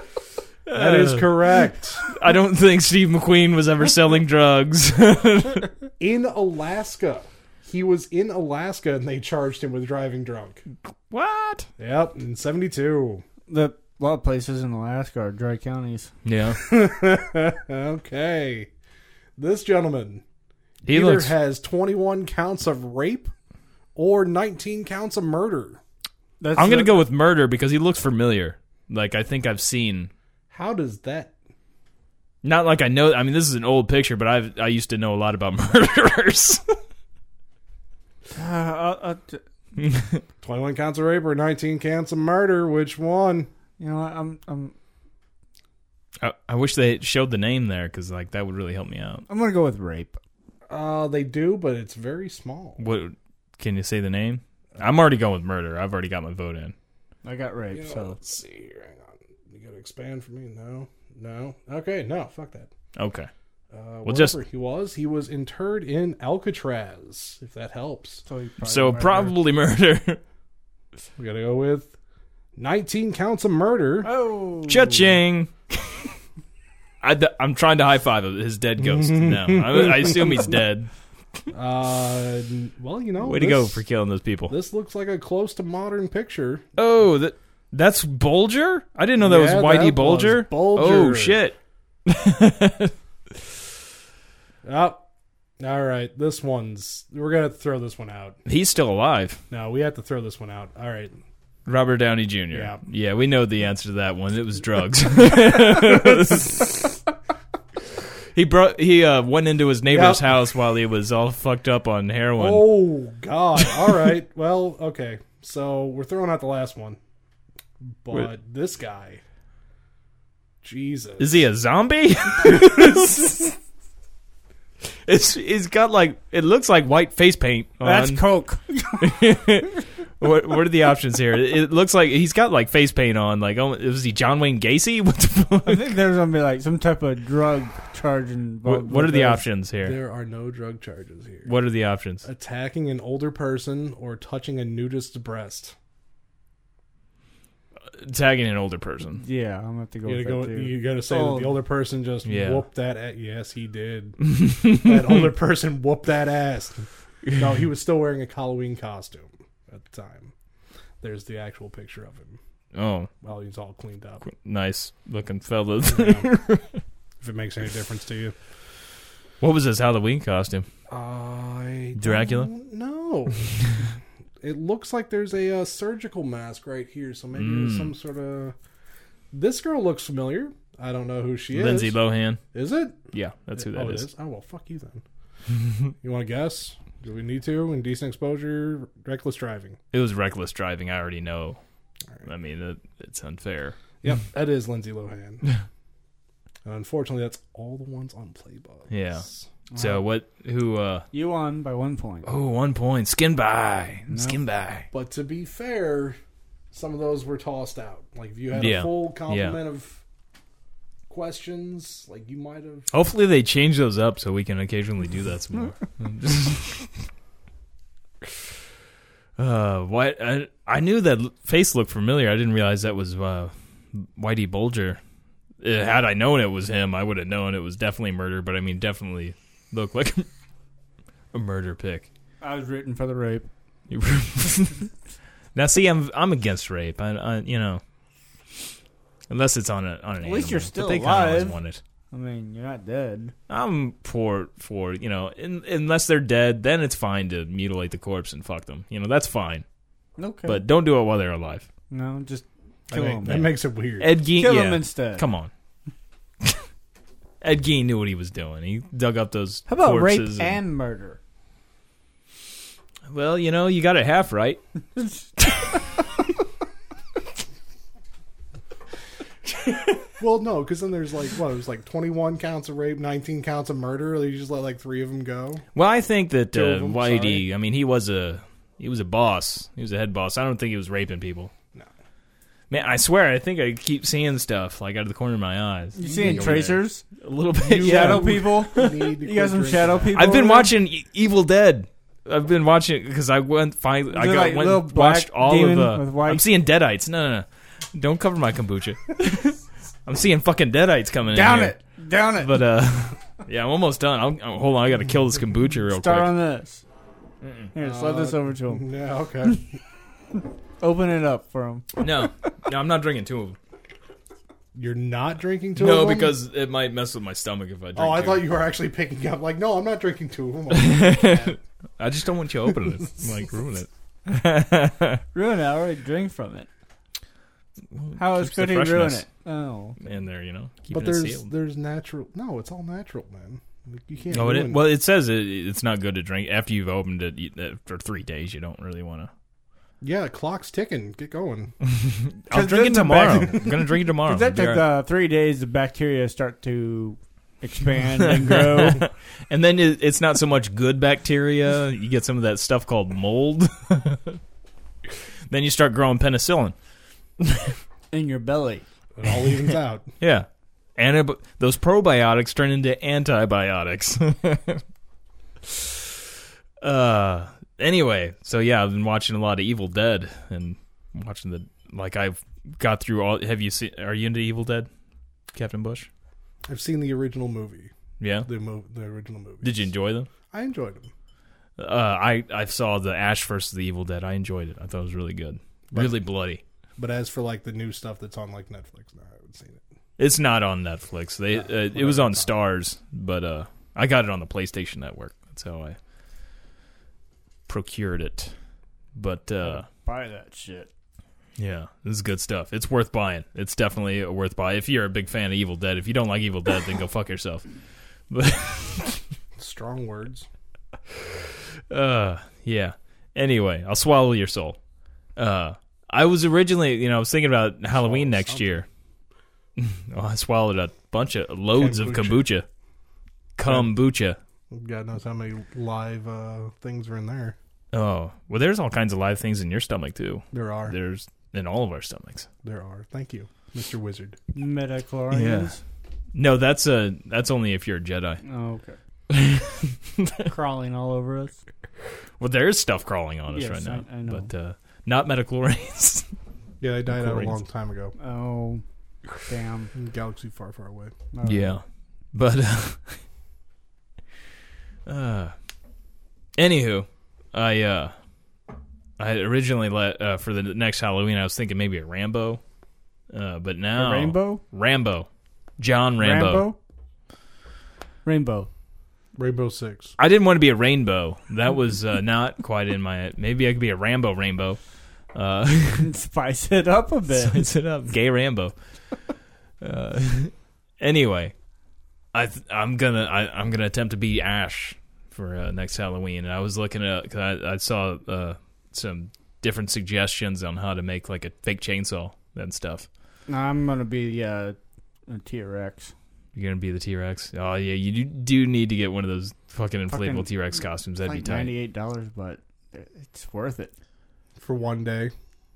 S3: That is
S4: Uh.
S3: correct.
S4: I don't think Steve McQueen was ever selling drugs.
S3: In Alaska, he was in Alaska and they charged him with driving drunk.
S4: what?
S3: Yep, in '72.
S5: The a lot of places in Alaska are dry counties.
S4: Yeah.
S3: Okay, this gentleman
S4: He
S3: either
S4: looks.
S3: has 21 counts of rape or 19 counts of murder.
S5: That's
S4: I'm gonna
S5: the-
S4: go with murder because he looks familiar. Like I think I've seen.
S3: How does that?
S4: Not like I know. I mean, this is an old picture, but I've I used to know a lot about murderers.
S5: Uh, I'll- I'll t-
S3: 21 counts of rape or 19 counts of murder? Which one?
S5: you know, what, I'm I'm
S4: I, I wish they showed the name there because like that would really help me out.
S5: I'm gonna go with rape.
S3: Uh, they do, but it's very small.
S4: What can you say the name? I'm already going with murder. I've already got my vote in.
S5: I got rape,
S3: Yeah,
S5: so
S3: let's see. here, Hang on. You gotta expand for me. No, no. Okay, no. Fuck that.
S4: Okay.
S3: Uh,
S4: Well,
S3: well,
S4: just-
S3: just he was, he was interred in Alcatraz. If that helps,
S5: So, he probably
S4: So
S5: murdered.
S4: probably murder.
S3: we gotta go with nineteen counts of murder.
S5: Oh,
S4: Cha-ching. I, am trying to high five his dead ghost. No, I, I assume he's dead.
S3: Uh, n- well, you know,
S4: Way to go
S3: this-
S4: for killing those people.
S3: This looks like a close to modern picture.
S4: Oh, that that's Bulger? I didn't know that
S3: Yeah,
S4: was Whitey
S3: that was
S4: Bulger. Oh
S3: Bulger.
S4: shit.
S3: Oh, all right. This one's we're gonna throw this one out.
S4: He's still alive.
S3: No, we have to throw this one out. All right.
S4: Robert Downey Jr.
S3: Yeah.
S4: yeah, we know the answer to that one. It was drugs. he brought he uh, went into his neighbor's
S3: Yep.
S4: house while he was all fucked up on heroin.
S3: Oh God! All right. Well, okay. So we're throwing out the last one, but this guy, Jesus,
S4: Is he a zombie? it's he's got like it looks like white face paint. On.
S5: that's coke.
S4: what, what are the options here? It, it looks like he's got like face paint on. Like, oh, was he John Wayne Gacy? What the fuck?
S5: I think there's gonna be like some type of drug charge involved.
S4: What, what are
S5: with
S4: the
S5: this.
S4: options here?
S3: There are no drug charges here.
S4: What are the options?
S3: Attacking an older person or touching a nudist's breast.
S4: Tagging an older person.
S5: Yeah, I'm gonna have to go.
S3: You gotta
S5: With
S3: go.
S5: that too.
S3: You gotta say that
S5: Old.
S3: the older person just
S4: Yeah.
S3: whooped that. At, yes, he did. that older person whooped that ass. No, he was still wearing a Halloween costume at the time. There's the actual picture of him.
S4: Oh,
S3: Well, he's all cleaned up.
S4: nice looking fellow.
S3: if it makes any difference to you.
S4: what was his Halloween costume?
S3: I
S4: Dracula?
S3: No. it looks like there's a uh, surgical mask right here, so maybe
S4: Mm.
S3: there's some sort of. This girl looks familiar. I don't know who she
S4: Lindsay
S3: is.
S4: Lohan.
S3: Is it?
S4: Yeah, that's who
S3: oh,
S4: that
S3: it
S4: is.
S3: is. Oh well, fuck you then. you want to guess? Do we need to? Indecent exposure, reckless driving.
S4: It was reckless driving. I already know. I mean, it, it's unfair.
S3: Yep, that is Lindsay Lohan. and unfortunately, that's all the ones on Playbox.
S4: Yeah. So what? Who? uh
S5: You won by one point.
S4: Oh, one point. Skin by. Skin by.
S3: But to be fair, some of those were tossed out. Like if you had
S4: Yeah.
S3: a full complement of questions, like you might have.
S4: Hopefully they change those up so we can occasionally do that some more. uh, what I, I knew that l- face looked familiar. I didn't realize that was uh, Whitey Bulger. Uh, had I known it was him, I would have known it was definitely murder. But I mean, definitely looked like a murder pick.
S5: I was written for the rape.
S4: You- now, see, I'm I'm against rape. I, I you know, unless it's on a on an.
S5: At least
S4: animal,
S5: you're
S4: but
S5: still
S4: they kinda always
S5: alive.
S4: want it.
S5: I mean, you're not dead.
S4: I'm for for you know, in, unless they're dead, then it's fine to mutilate the corpse and fuck them. You know, that's fine,
S5: Okay.
S4: but don't do it while they're alive.
S5: no, just kill
S3: that,
S5: him.
S3: that makes it weird.
S4: Ed Gein,
S5: Kill
S4: yeah,
S5: him instead.
S4: come on. Ed Gein knew what he was doing. He dug up those.
S5: How about rape
S4: corpses
S5: and, murder?
S4: Well, you know, you got it half right.
S3: well, no, because then there's like what it was like 21 counts of rape, 19 counts of murder. They just let like three of them go.
S4: Well, I think that
S3: Two
S4: uh,
S3: of 'em,
S4: Whitey.
S3: sorry.
S4: I mean, he was a he was a boss. He was a head boss. I don't think he was raping people.
S3: No.
S4: Man, I swear, I think I keep seeing stuff like out of the corner of my eyes.
S5: You seeing
S4: Yeah.
S5: tracers?
S4: A little bit. yeah.
S5: Shadow people?
S3: Need to
S5: You got
S3: quit
S5: some
S3: drinking.
S5: shadow people?
S4: I've been
S5: over there?
S4: watching E- Evil Dead. I've been watching because I went finally. I
S5: Is it
S4: got
S5: like
S4: went
S5: little
S4: and
S5: black
S4: watched all of
S5: demon
S4: the.
S5: with white-
S4: I'm seeing Deadites. No, no, no. Don't cover my kombucha. I'm seeing fucking Deadites coming
S5: Down
S4: in. here.
S5: it. Down it.
S4: But uh, yeah, I'm almost done. I'm, oh, hold on, I gotta kill this kombucha real
S5: Start
S4: quick. Uh,
S5: on this. Here, slide this over to him.
S3: Yeah. Okay.
S5: Open it up for him.
S4: no, no, I'm not drinking two of them.
S3: You're not drinking two.
S4: No,
S3: of 'em?
S4: because it might mess with my stomach if I drink.
S3: Oh, I
S4: two.
S3: thought you were actually picking up. Like, no, I'm not drinking two of them.
S4: I just don't want you opening it. like ruin it.
S5: Ruin it. I already drink from it. How else
S4: keeps the
S5: could he ruin
S4: freshness.
S5: it? Oh.
S4: In there, you know. Keeping
S3: but
S4: it
S3: there's
S4: sealed.
S3: there's natural. No, it's all natural, man. Like, you can't.
S4: Oh, it
S3: ruin
S4: is. Well, it says it, it's not good to drink after you've opened it you- after three days. You don't really want to.
S3: Yeah, clock's ticking. Get going.
S4: I'll
S5: 'Cause
S4: drink it
S5: then the
S4: tomorrow.
S5: back-
S4: I'm gonna drink it tomorrow.
S5: Because that
S4: Be
S5: took
S4: all
S5: uh, three days, the bacteria start to expand and grow.
S4: right. and then it, it's not so much good bacteria. You get some of that stuff called mold. then you start growing penicillin.
S5: in your belly.
S3: It all evens out.
S4: Yeah, Anab- those probiotics turn into antibiotics. uh, anyway, so yeah, I've been watching a lot of Evil Dead and watching the like I've got through all. Have you seen? Are you into Evil Dead, Captain Bush?
S3: I've seen the original movie.
S4: Yeah.
S3: The, mo- the original movie.
S4: Did you enjoy them?
S3: I enjoyed them.
S4: Uh, I I saw the Ash versus the Evil Dead. I enjoyed it. I thought it was really good. Really bloody.
S3: But as for like the new stuff that's on like Netflix, no, I haven't seen it.
S4: It's not on Netflix. They uh, it was on Stars, but uh, I got it on the PlayStation Network. That's how I procured it. But uh,
S5: Buy that shit.
S4: yeah, this is good stuff. It's worth buying. It's definitely a worth buy. If you're a big fan of Evil Dead, if you don't like Evil Dead, then go fuck yourself. But
S3: Strong words.
S4: Uh, yeah. Anyway, I'll swallow your soul. Uh, I was originally, you know, I was thinking about Halloween next year. oh, I swallowed a bunch of loads
S3: Kombucha.
S4: of kombucha. Kombucha.
S3: God knows how many live uh, things are in there.
S4: Oh, well, there's all kinds of live things in your stomach too.
S3: There are. There,
S4: There's in all of our stomachs.
S3: are. Thank you, Mr. Wizard.
S5: Metachlorians.
S4: No, that's a that's only if you're a Jedi.
S5: Oh, okay. Crawling all over us.
S4: Well, there is stuff crawling on us
S5: Yes,
S4: right now,
S5: I- I know.
S4: but uh, not metachlorines.
S3: Yeah, they died out a
S4: Cool
S3: long
S4: reasons.
S3: time ago.
S5: Oh, damn.
S3: In a galaxy far, far away.
S5: Oh.
S4: Yeah, but uh, uh, anywho, I uh, I originally let uh, for the next Halloween I was thinking maybe a Rambo, uh, but
S5: A
S4: now
S5: Rainbow?
S4: Rambo, John Rambo.
S5: Rambo? Rainbow.
S3: Rainbow Six.
S4: I didn't want to be a rainbow. That was uh, not quite in my. Maybe I could be a Rambo Rainbow. Uh,
S5: Spice it up a bit.
S4: Spice it up, gay Rambo. Uh, anyway, I th- I'm gonna I, I'm gonna attempt to be Ash for uh, next Halloween. And I was looking at 'cause I, I saw uh, some different suggestions on how to make like a fake chainsaw and stuff.
S5: No, I'm gonna be uh, a T Rex.
S4: You're gonna be the T Rex. Oh yeah, you do- do need to get one of those fucking
S5: Fucking-
S4: inflatable T Rex costumes. That'd
S5: Like
S4: be tight.
S5: ninety eight dollars, but it's worth it.
S3: For one day.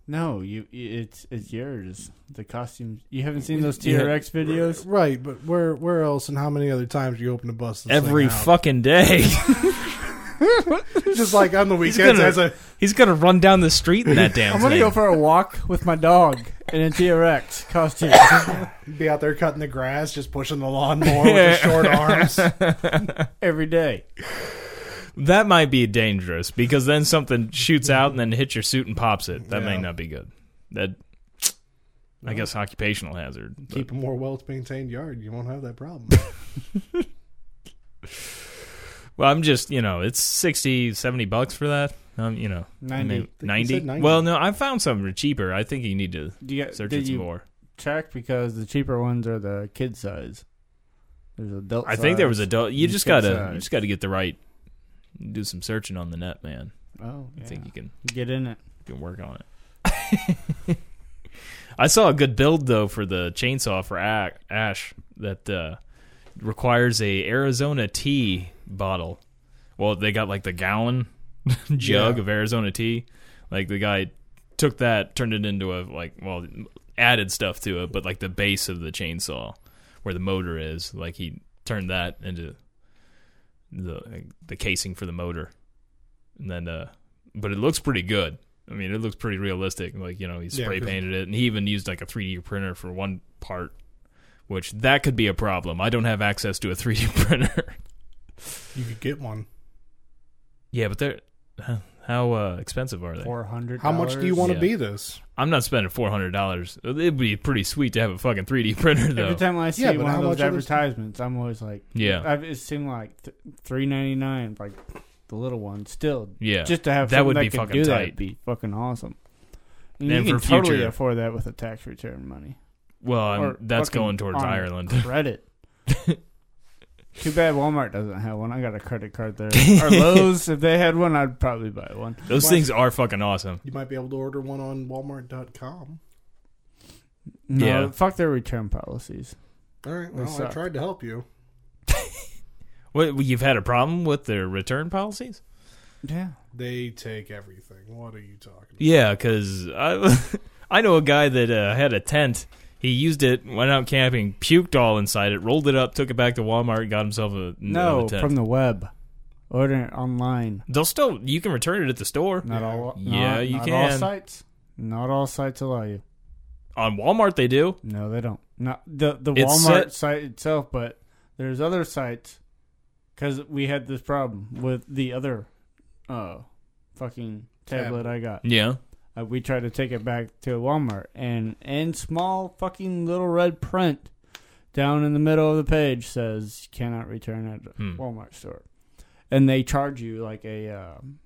S5: No, you it's it's yours. The costumes. You haven't seen those T Rex videos.
S3: Right, but where where else and how many other times do you open a bus? this
S4: Every
S3: thing out?
S4: fucking day,
S3: Just like on the weekends
S4: gonna-
S3: as a.
S4: he's gonna run down the street in that damn
S5: I'm gonna
S4: thing.
S5: go for a walk with my dog in a T Rex costume.
S3: Be out there cutting the grass, just pushing the lawnmower with the short arms.
S5: every day.
S4: That might be dangerous because then something shoots out and then hits your suit and pops it. That may
S3: Yeah.
S4: not be good. That, I guess, occupational hazard. but-
S3: Keep a more well maintained yard. You won't have that problem.
S4: well, I'm just you know, it's 60, 70 bucks for that. Um, you know, I
S5: 90.
S4: mean,
S3: you
S4: 90?
S3: said 90.
S4: Well, no, I found some are cheaper. I think you need to
S5: Do you,
S4: search
S5: did
S4: it some
S5: you
S4: more.
S5: check because the cheaper ones are the kid size. There's adult.
S4: I think there was
S5: size.
S4: adult. You
S5: You
S4: just
S5: said
S4: gotta,
S5: size.
S4: you just gotta get the right. Do some searching on the net, man.
S5: Oh, yeah.
S4: I think you can
S5: get in it.
S4: you can work on it. I saw a good build though for the chainsaw for A- Ash that uh, requires a Arizona tea bottle. Well, they got like the gallon jug
S3: Yeah.
S4: of Arizona tea. Like the guy took that, turned it into a like well, added stuff to it, but like the base of the chainsaw where the motor is, like he turned that into the the casing for the motor, and then uh, but it looks pretty good. I mean, it looks pretty realistic. Like you know, he
S3: Yeah,
S4: spray
S3: 'cause-
S4: painted it, and he even used like a 3D printer for one part, which that could be a problem. I don't have access to a 3D printer.
S3: you could get one.
S4: yeah, but they're how uh, expensive are they?
S5: Four hundred.
S3: How much do you want to
S4: Yeah.
S3: be this?
S4: I'm not spending four hundred dollars. It'd be pretty sweet to have a fucking 3D printer though.
S5: Every time I see
S3: Yeah, but
S5: one
S3: how
S5: of those
S3: much are those-
S5: advertisements, I'm always like,
S4: Yeah.
S5: I've, it seemed like th- three ninety nine, like the little one. Still,
S4: yeah,
S5: just to have
S4: that would
S5: something
S4: be
S5: that can
S4: fucking
S5: do that
S4: tight.
S5: would be fucking awesome.
S4: And
S5: you
S4: for
S5: can totally
S4: future-
S5: afford that with a tax return money.
S4: well, I'm,
S5: or
S4: that's
S5: fucking
S4: going towards
S5: on
S4: Ireland.
S5: Credit. Too bad Walmart doesn't have one. I got a credit card there. Or Lowe's, if they had one, I'd probably buy one.
S4: Those things are fucking awesome.
S3: You might be able to order one on Walmart.com.
S5: No,
S4: Yeah.
S5: fuck their return policies.
S3: All right.
S5: They
S3: Well, I
S5: suck.
S3: tried to help you.
S4: What you've had a problem with their return policies?
S5: Yeah,
S3: They take everything. What are you talking about?
S4: Yeah, because I I know a guy that uh, had a tent He used it, went out camping, puked all inside it, rolled it up, took it back to Walmart, got himself a
S5: No,
S4: a tent.
S5: from the web. Order it online.
S4: They'll still you can return it at the store.
S5: Not all.
S4: Yeah,
S5: not-
S4: you
S5: not All
S4: can.
S5: sites. Not all sites allow you.
S4: On Walmart they do.
S5: No, they don't. Not the the
S4: It's
S5: Walmart
S4: set-
S5: site itself, but there's other sites because we had this problem with the other uh, fucking tablet I got.
S4: Yeah.
S5: Uh, we tried to take it back to Walmart, and in small fucking little red print down in the middle of the page says you cannot return at
S4: Hmm.
S5: Walmart store, and they charge you like a um,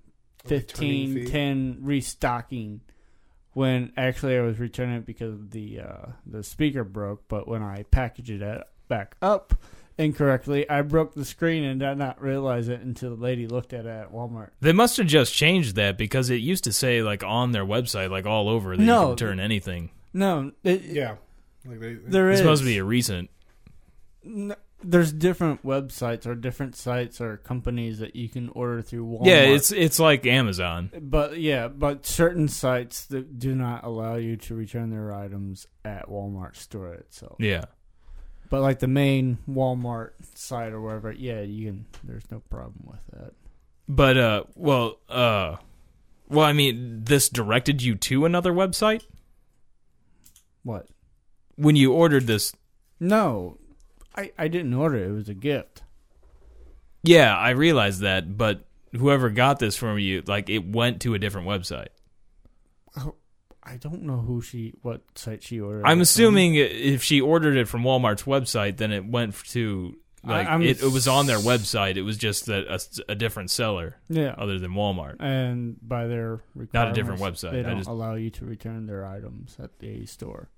S3: returning
S5: fifteen
S3: fee?
S5: ten restocking. When actually I was returning it because the uh, the speaker broke, but when I packaged it at, back up incorrectly, I broke the screen and did not realize it until the lady looked at it at Walmart.
S4: They must have just changed that because it used to say like on their website, like all over that
S5: No.
S4: you can return anything.
S5: No, it,
S3: Yeah. Like they,
S5: there
S4: It's
S5: is
S4: supposed to be a recent.
S5: N- there's different websites or different sites or companies that you can order through Walmart.
S4: Yeah, it's it's like Amazon.
S5: but yeah, but certain sites that do not allow you to return their items at Walmart store itself.
S4: Yeah.
S5: But like the main Walmart site or wherever, yeah, you can. There's no problem with that.
S4: But uh well uh well I mean this directed you to another website
S5: What?
S4: when you ordered this.
S5: No, I I didn't order. It It was a gift.
S4: Yeah, I realized that, but whoever got this from you like it went to a different website.
S5: Oh, I don't know who she, what site she ordered. it
S4: I'm
S5: from.
S4: assuming if she ordered it from Walmart's website then it went to like
S5: I- I'm
S4: it, it was on their website. It was just that a, a different seller
S5: Yeah.
S4: other than Walmart.
S5: and by their
S4: Oh, Not a different
S5: requirements,
S4: website. I
S5: They don't
S4: just-
S5: allow you to return their items at the store.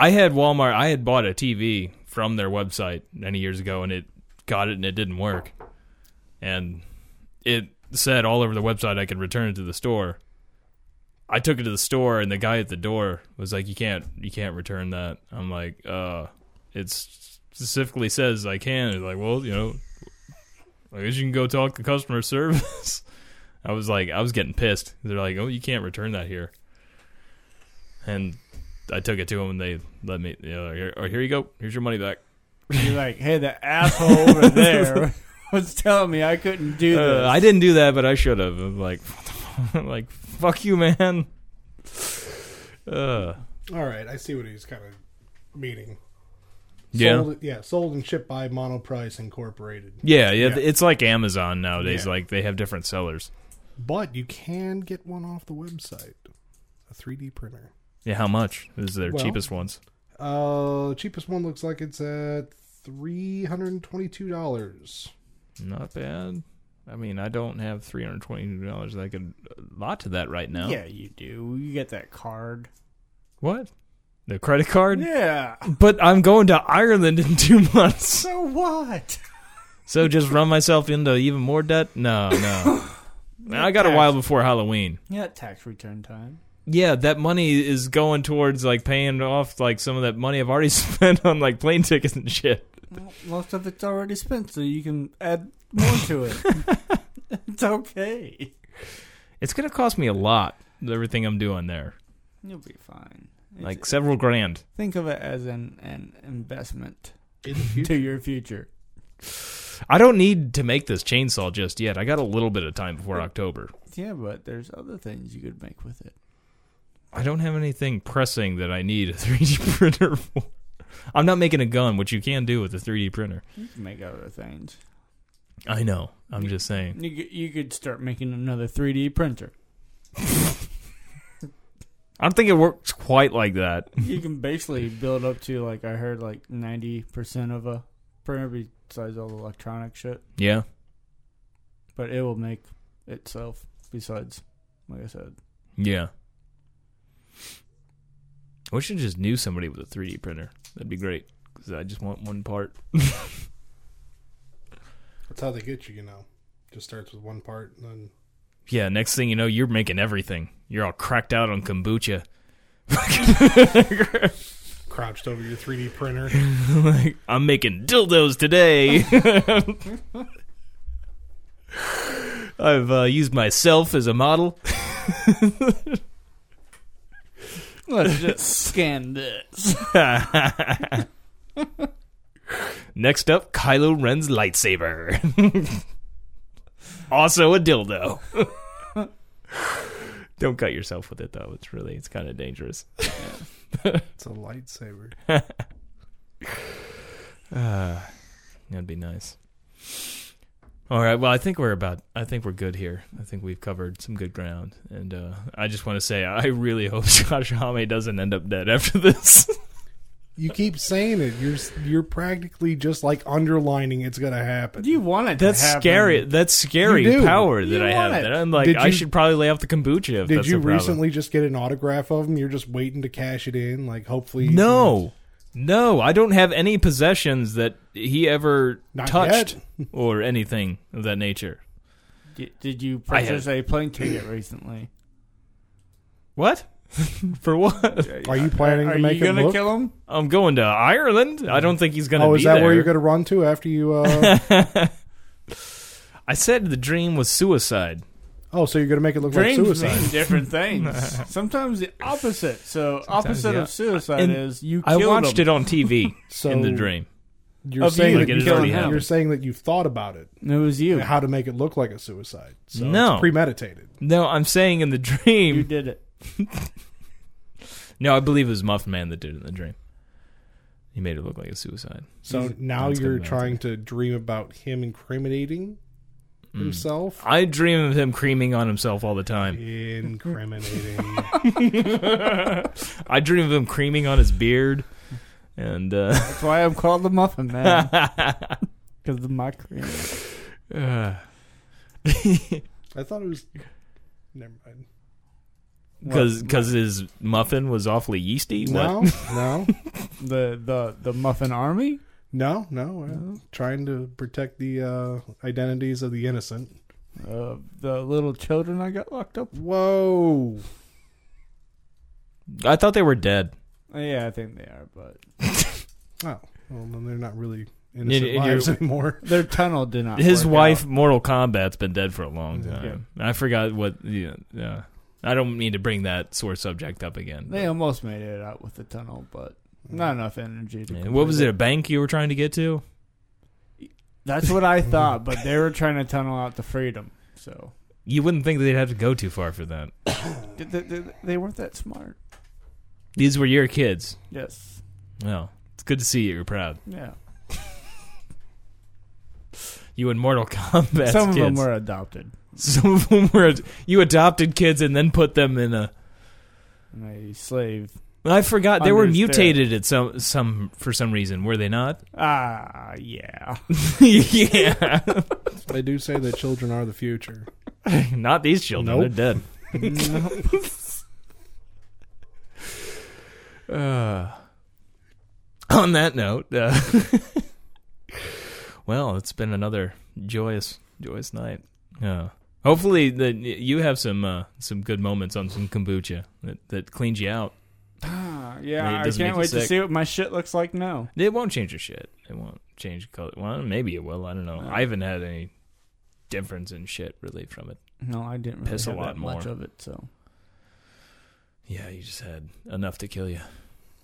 S4: I had Walmart. I had bought a TV from their website many years ago, and it got it, and it didn't work. And it said all over the website I could return it to the store. I took it to the store, and the guy at the door was like, "You can't, you can't return that." I'm like, "Uh, it specifically says I can." He's like, "Well, you know, I guess you can go talk to customer service." I was like, I was getting pissed. They're like, "Oh, you can't return that here," and I took it to them and they let me. You know, here, or here you go. Here's your money back.
S5: You're like, hey, the asshole over there was telling me I couldn't do
S4: Uh,
S5: this.
S4: I didn't do that, but I should have. I'm like, like fuck you, man. Uh,
S3: All right, I see what he's kind of meaning.
S4: yeah,
S3: Sold, yeah, sold and shipped by Monoprice Incorporated.
S4: yeah, yeah.
S3: Yeah.
S4: It's like Amazon nowadays.
S3: Yeah.
S4: Like they have different sellers.
S3: But you can get one off the website. A 3D printer.
S4: Yeah, how much is their
S3: Well-
S4: cheapest ones?
S3: Uh, cheapest one looks like it's at three hundred and twenty-two dollars.
S4: Not bad. I mean, I don't have three hundred twenty dollars. I could a lot to that right now.
S5: Yeah, you do. You get that card.
S4: What? The credit card?
S5: Yeah.
S4: But I'm going to Ireland in two months.
S5: So what?
S4: So just run myself into even more debt? No, no. I got a while before Halloween.
S5: Yeah, tax return time.
S4: Yeah, that money is going towards like paying off like some of that money I've already spent on like plane tickets and shit.
S5: Well, most of it's already spent, so you can add more to it. it's okay.
S4: It's gonna cost me a lot. Everything I'm doing there,
S5: You'll be fine. It's-
S4: like several grand.
S5: think of it as an, an investment
S3: In the future,
S5: to your future.
S4: I don't need to make this chainsaw just yet. I got a little bit of time before October.
S5: Yeah, but there's other things you could make with it.
S4: I don't have anything pressing that I need a 3D printer for. I'm not making a gun, which you can do with a 3D printer.
S5: You can make other things.
S4: I know. I'm just saying.
S5: You could, you could start making another 3D printer.
S4: I don't think it works quite like that.
S5: You can basically build up to like I heard like 90% of a printer besides all the electronic shit,
S4: Yeah.
S5: but it will make itself besides like I said.
S4: Yeah. I wish I just knew somebody with a 3D printer. That'd be great. Because I just want one part.
S3: that's how they get you. You know, just starts with one part, and then
S4: Yeah, next thing you know, you're making everything. You're all cracked out on kombucha.
S3: crouched over your 3D printer.
S4: like, I'm making dildos today. I've uh, used myself as a model.
S5: Let's just scan this.
S4: Next up, Kylo Ren's lightsaber. also a dildo. Don't cut yourself with it though. It's really it's kind of dangerous.
S3: It's a lightsaber.
S4: That'd be nice. All right. Well, I think we're about. I think we're good here. I think we've covered some good ground, and uh, I just want to say I really hope Josh Homme doesn't end up dead after this.
S3: You keep saying it. You're s- you're practically just like underlining it's gonna happen.
S5: Do you want it?
S4: That's
S5: to happen?
S4: scary. That's
S3: You
S4: scary
S3: do.
S4: power
S5: You
S4: that I have.
S5: want it.
S4: That I'm like,
S3: Did
S4: I
S3: you-
S4: should probably lay off the kombucha. If
S3: Did
S4: that's
S3: you
S4: the problem.
S3: recently just get an autograph of him? You're just waiting to cash it in. Like hopefully. you
S4: No, no, I don't have any possessions that he ever
S3: Not
S4: touched or anything of that nature.
S5: D- Did you
S4: I had-
S5: purchase a plane ticket recently?
S4: What? For what?
S3: can- Are you planning
S5: Are
S3: to make
S5: you
S3: him
S5: gonna
S3: look?
S5: kill him?
S4: I'm going to Ireland. I don't think he's going to
S3: oh,
S4: be
S3: is that
S4: there.
S3: where you're gonna run to after you? Uh...
S4: I said the dream was suicide.
S3: oh, so you're gonna make it look
S5: Dreams
S3: like suicide?
S5: mean different things. Sometimes the opposite. So opposite
S4: yeah.
S5: of suicide
S4: And
S5: is you.
S4: I
S5: killed
S4: watched
S5: him.
S4: it on TV
S3: So
S4: in the dream.
S3: You're
S5: Of
S3: saying
S5: you,
S3: that
S5: like, it
S3: you
S5: has already
S3: you're
S5: happened.
S3: saying that you've thought about it,
S5: And It was you.
S3: how to make it look like a suicide. So
S4: No.
S3: it's premeditated.
S4: No, I'm saying in the
S5: You
S4: dream.
S5: did it.
S4: No, I believe it was Muffin Man that did it in the dream. He made it look like a suicide.
S3: So now
S4: that's
S3: you're
S4: good, that's
S3: trying to dream about him incriminating himself.
S4: Mm. I dream of him creaming on himself all the time.
S3: Incriminating.
S4: I dream of him creaming on his beard. And uh,
S5: That's why I'm called the Muffin Man because the mockery. Uh,
S4: because
S3: I thought it was. Never mind.
S4: because his muffin was awfully yeasty.
S3: No,
S4: What?
S3: no,
S5: The the the Muffin Army.
S3: no, no. uh, Trying to protect the uh, identities of the innocent.
S5: Uh, the little children I got locked up.
S3: Whoa.
S4: I thought they were dead.
S5: Yeah, I think they are, but
S3: Oh, well, then they're not really innocent
S4: and you're-
S3: lives anymore.
S5: their tunnel did not.
S4: His
S5: work
S4: wife,
S5: out.
S4: Mortal Kombat's been dead for a long time. I forgot what. Yeah, yeah. I don't mean to bring that sore subject up again.
S5: They
S4: but-
S5: almost made it out with the tunnel, but not enough energy. To
S4: Yeah,
S5: complete
S4: What was it? A bank you were trying to get to?
S5: That's what I thought, but they were trying to tunnel out to freedom. So
S4: You wouldn't think they'd have to go too far for that.
S5: they, they, they weren't that smart.
S4: These were your kids.
S5: Yes.
S4: Well, it's good to see you. You're proud.
S5: Yeah.
S4: You and Mortal Kombat.
S5: Some of
S4: kids.
S5: them were adopted.
S4: Some of them were. You adopted kids and then put them in a.
S5: And a slave.
S4: I forgot they were
S5: Understand.
S4: mutated at some some for some reason. Were they not?
S5: Ah, yeah.
S4: yeah.
S3: They do say that children are the future.
S4: not these children.
S3: Nope.
S4: They're dead.
S5: Nope.
S4: Uh, on that note, uh, well, it's been another joyous, joyous night. Uh, hopefully, that y- you have some uh, some good moments on some kombucha that, that cleans you out.
S5: Ah,
S4: It
S5: yeah, I
S4: doesn't make
S5: can't
S4: you
S5: wait to
S4: sick.
S5: see what my shit looks like now.
S4: It won't change your shit. It won't change the color. Well, maybe it will. I don't know. I haven't had any difference in shit really from it.
S5: No, I didn't really
S4: Piss a
S5: have
S4: lot
S5: that much
S4: more.
S5: of it, so
S4: Yeah, you just had enough to kill you.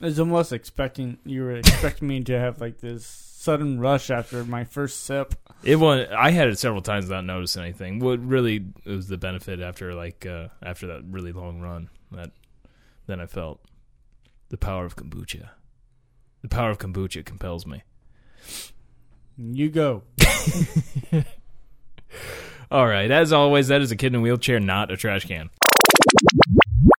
S5: it's almost expecting you were expecting me to have like this sudden rush after my first sip.
S4: It won't. I had it several times without noticing anything. What really was the benefit after like uh, after that really long run that then I felt the power of kombucha. The power of kombucha compels me.
S5: You go.
S4: All right, as always, that is a kid in a wheelchair, not a trash can.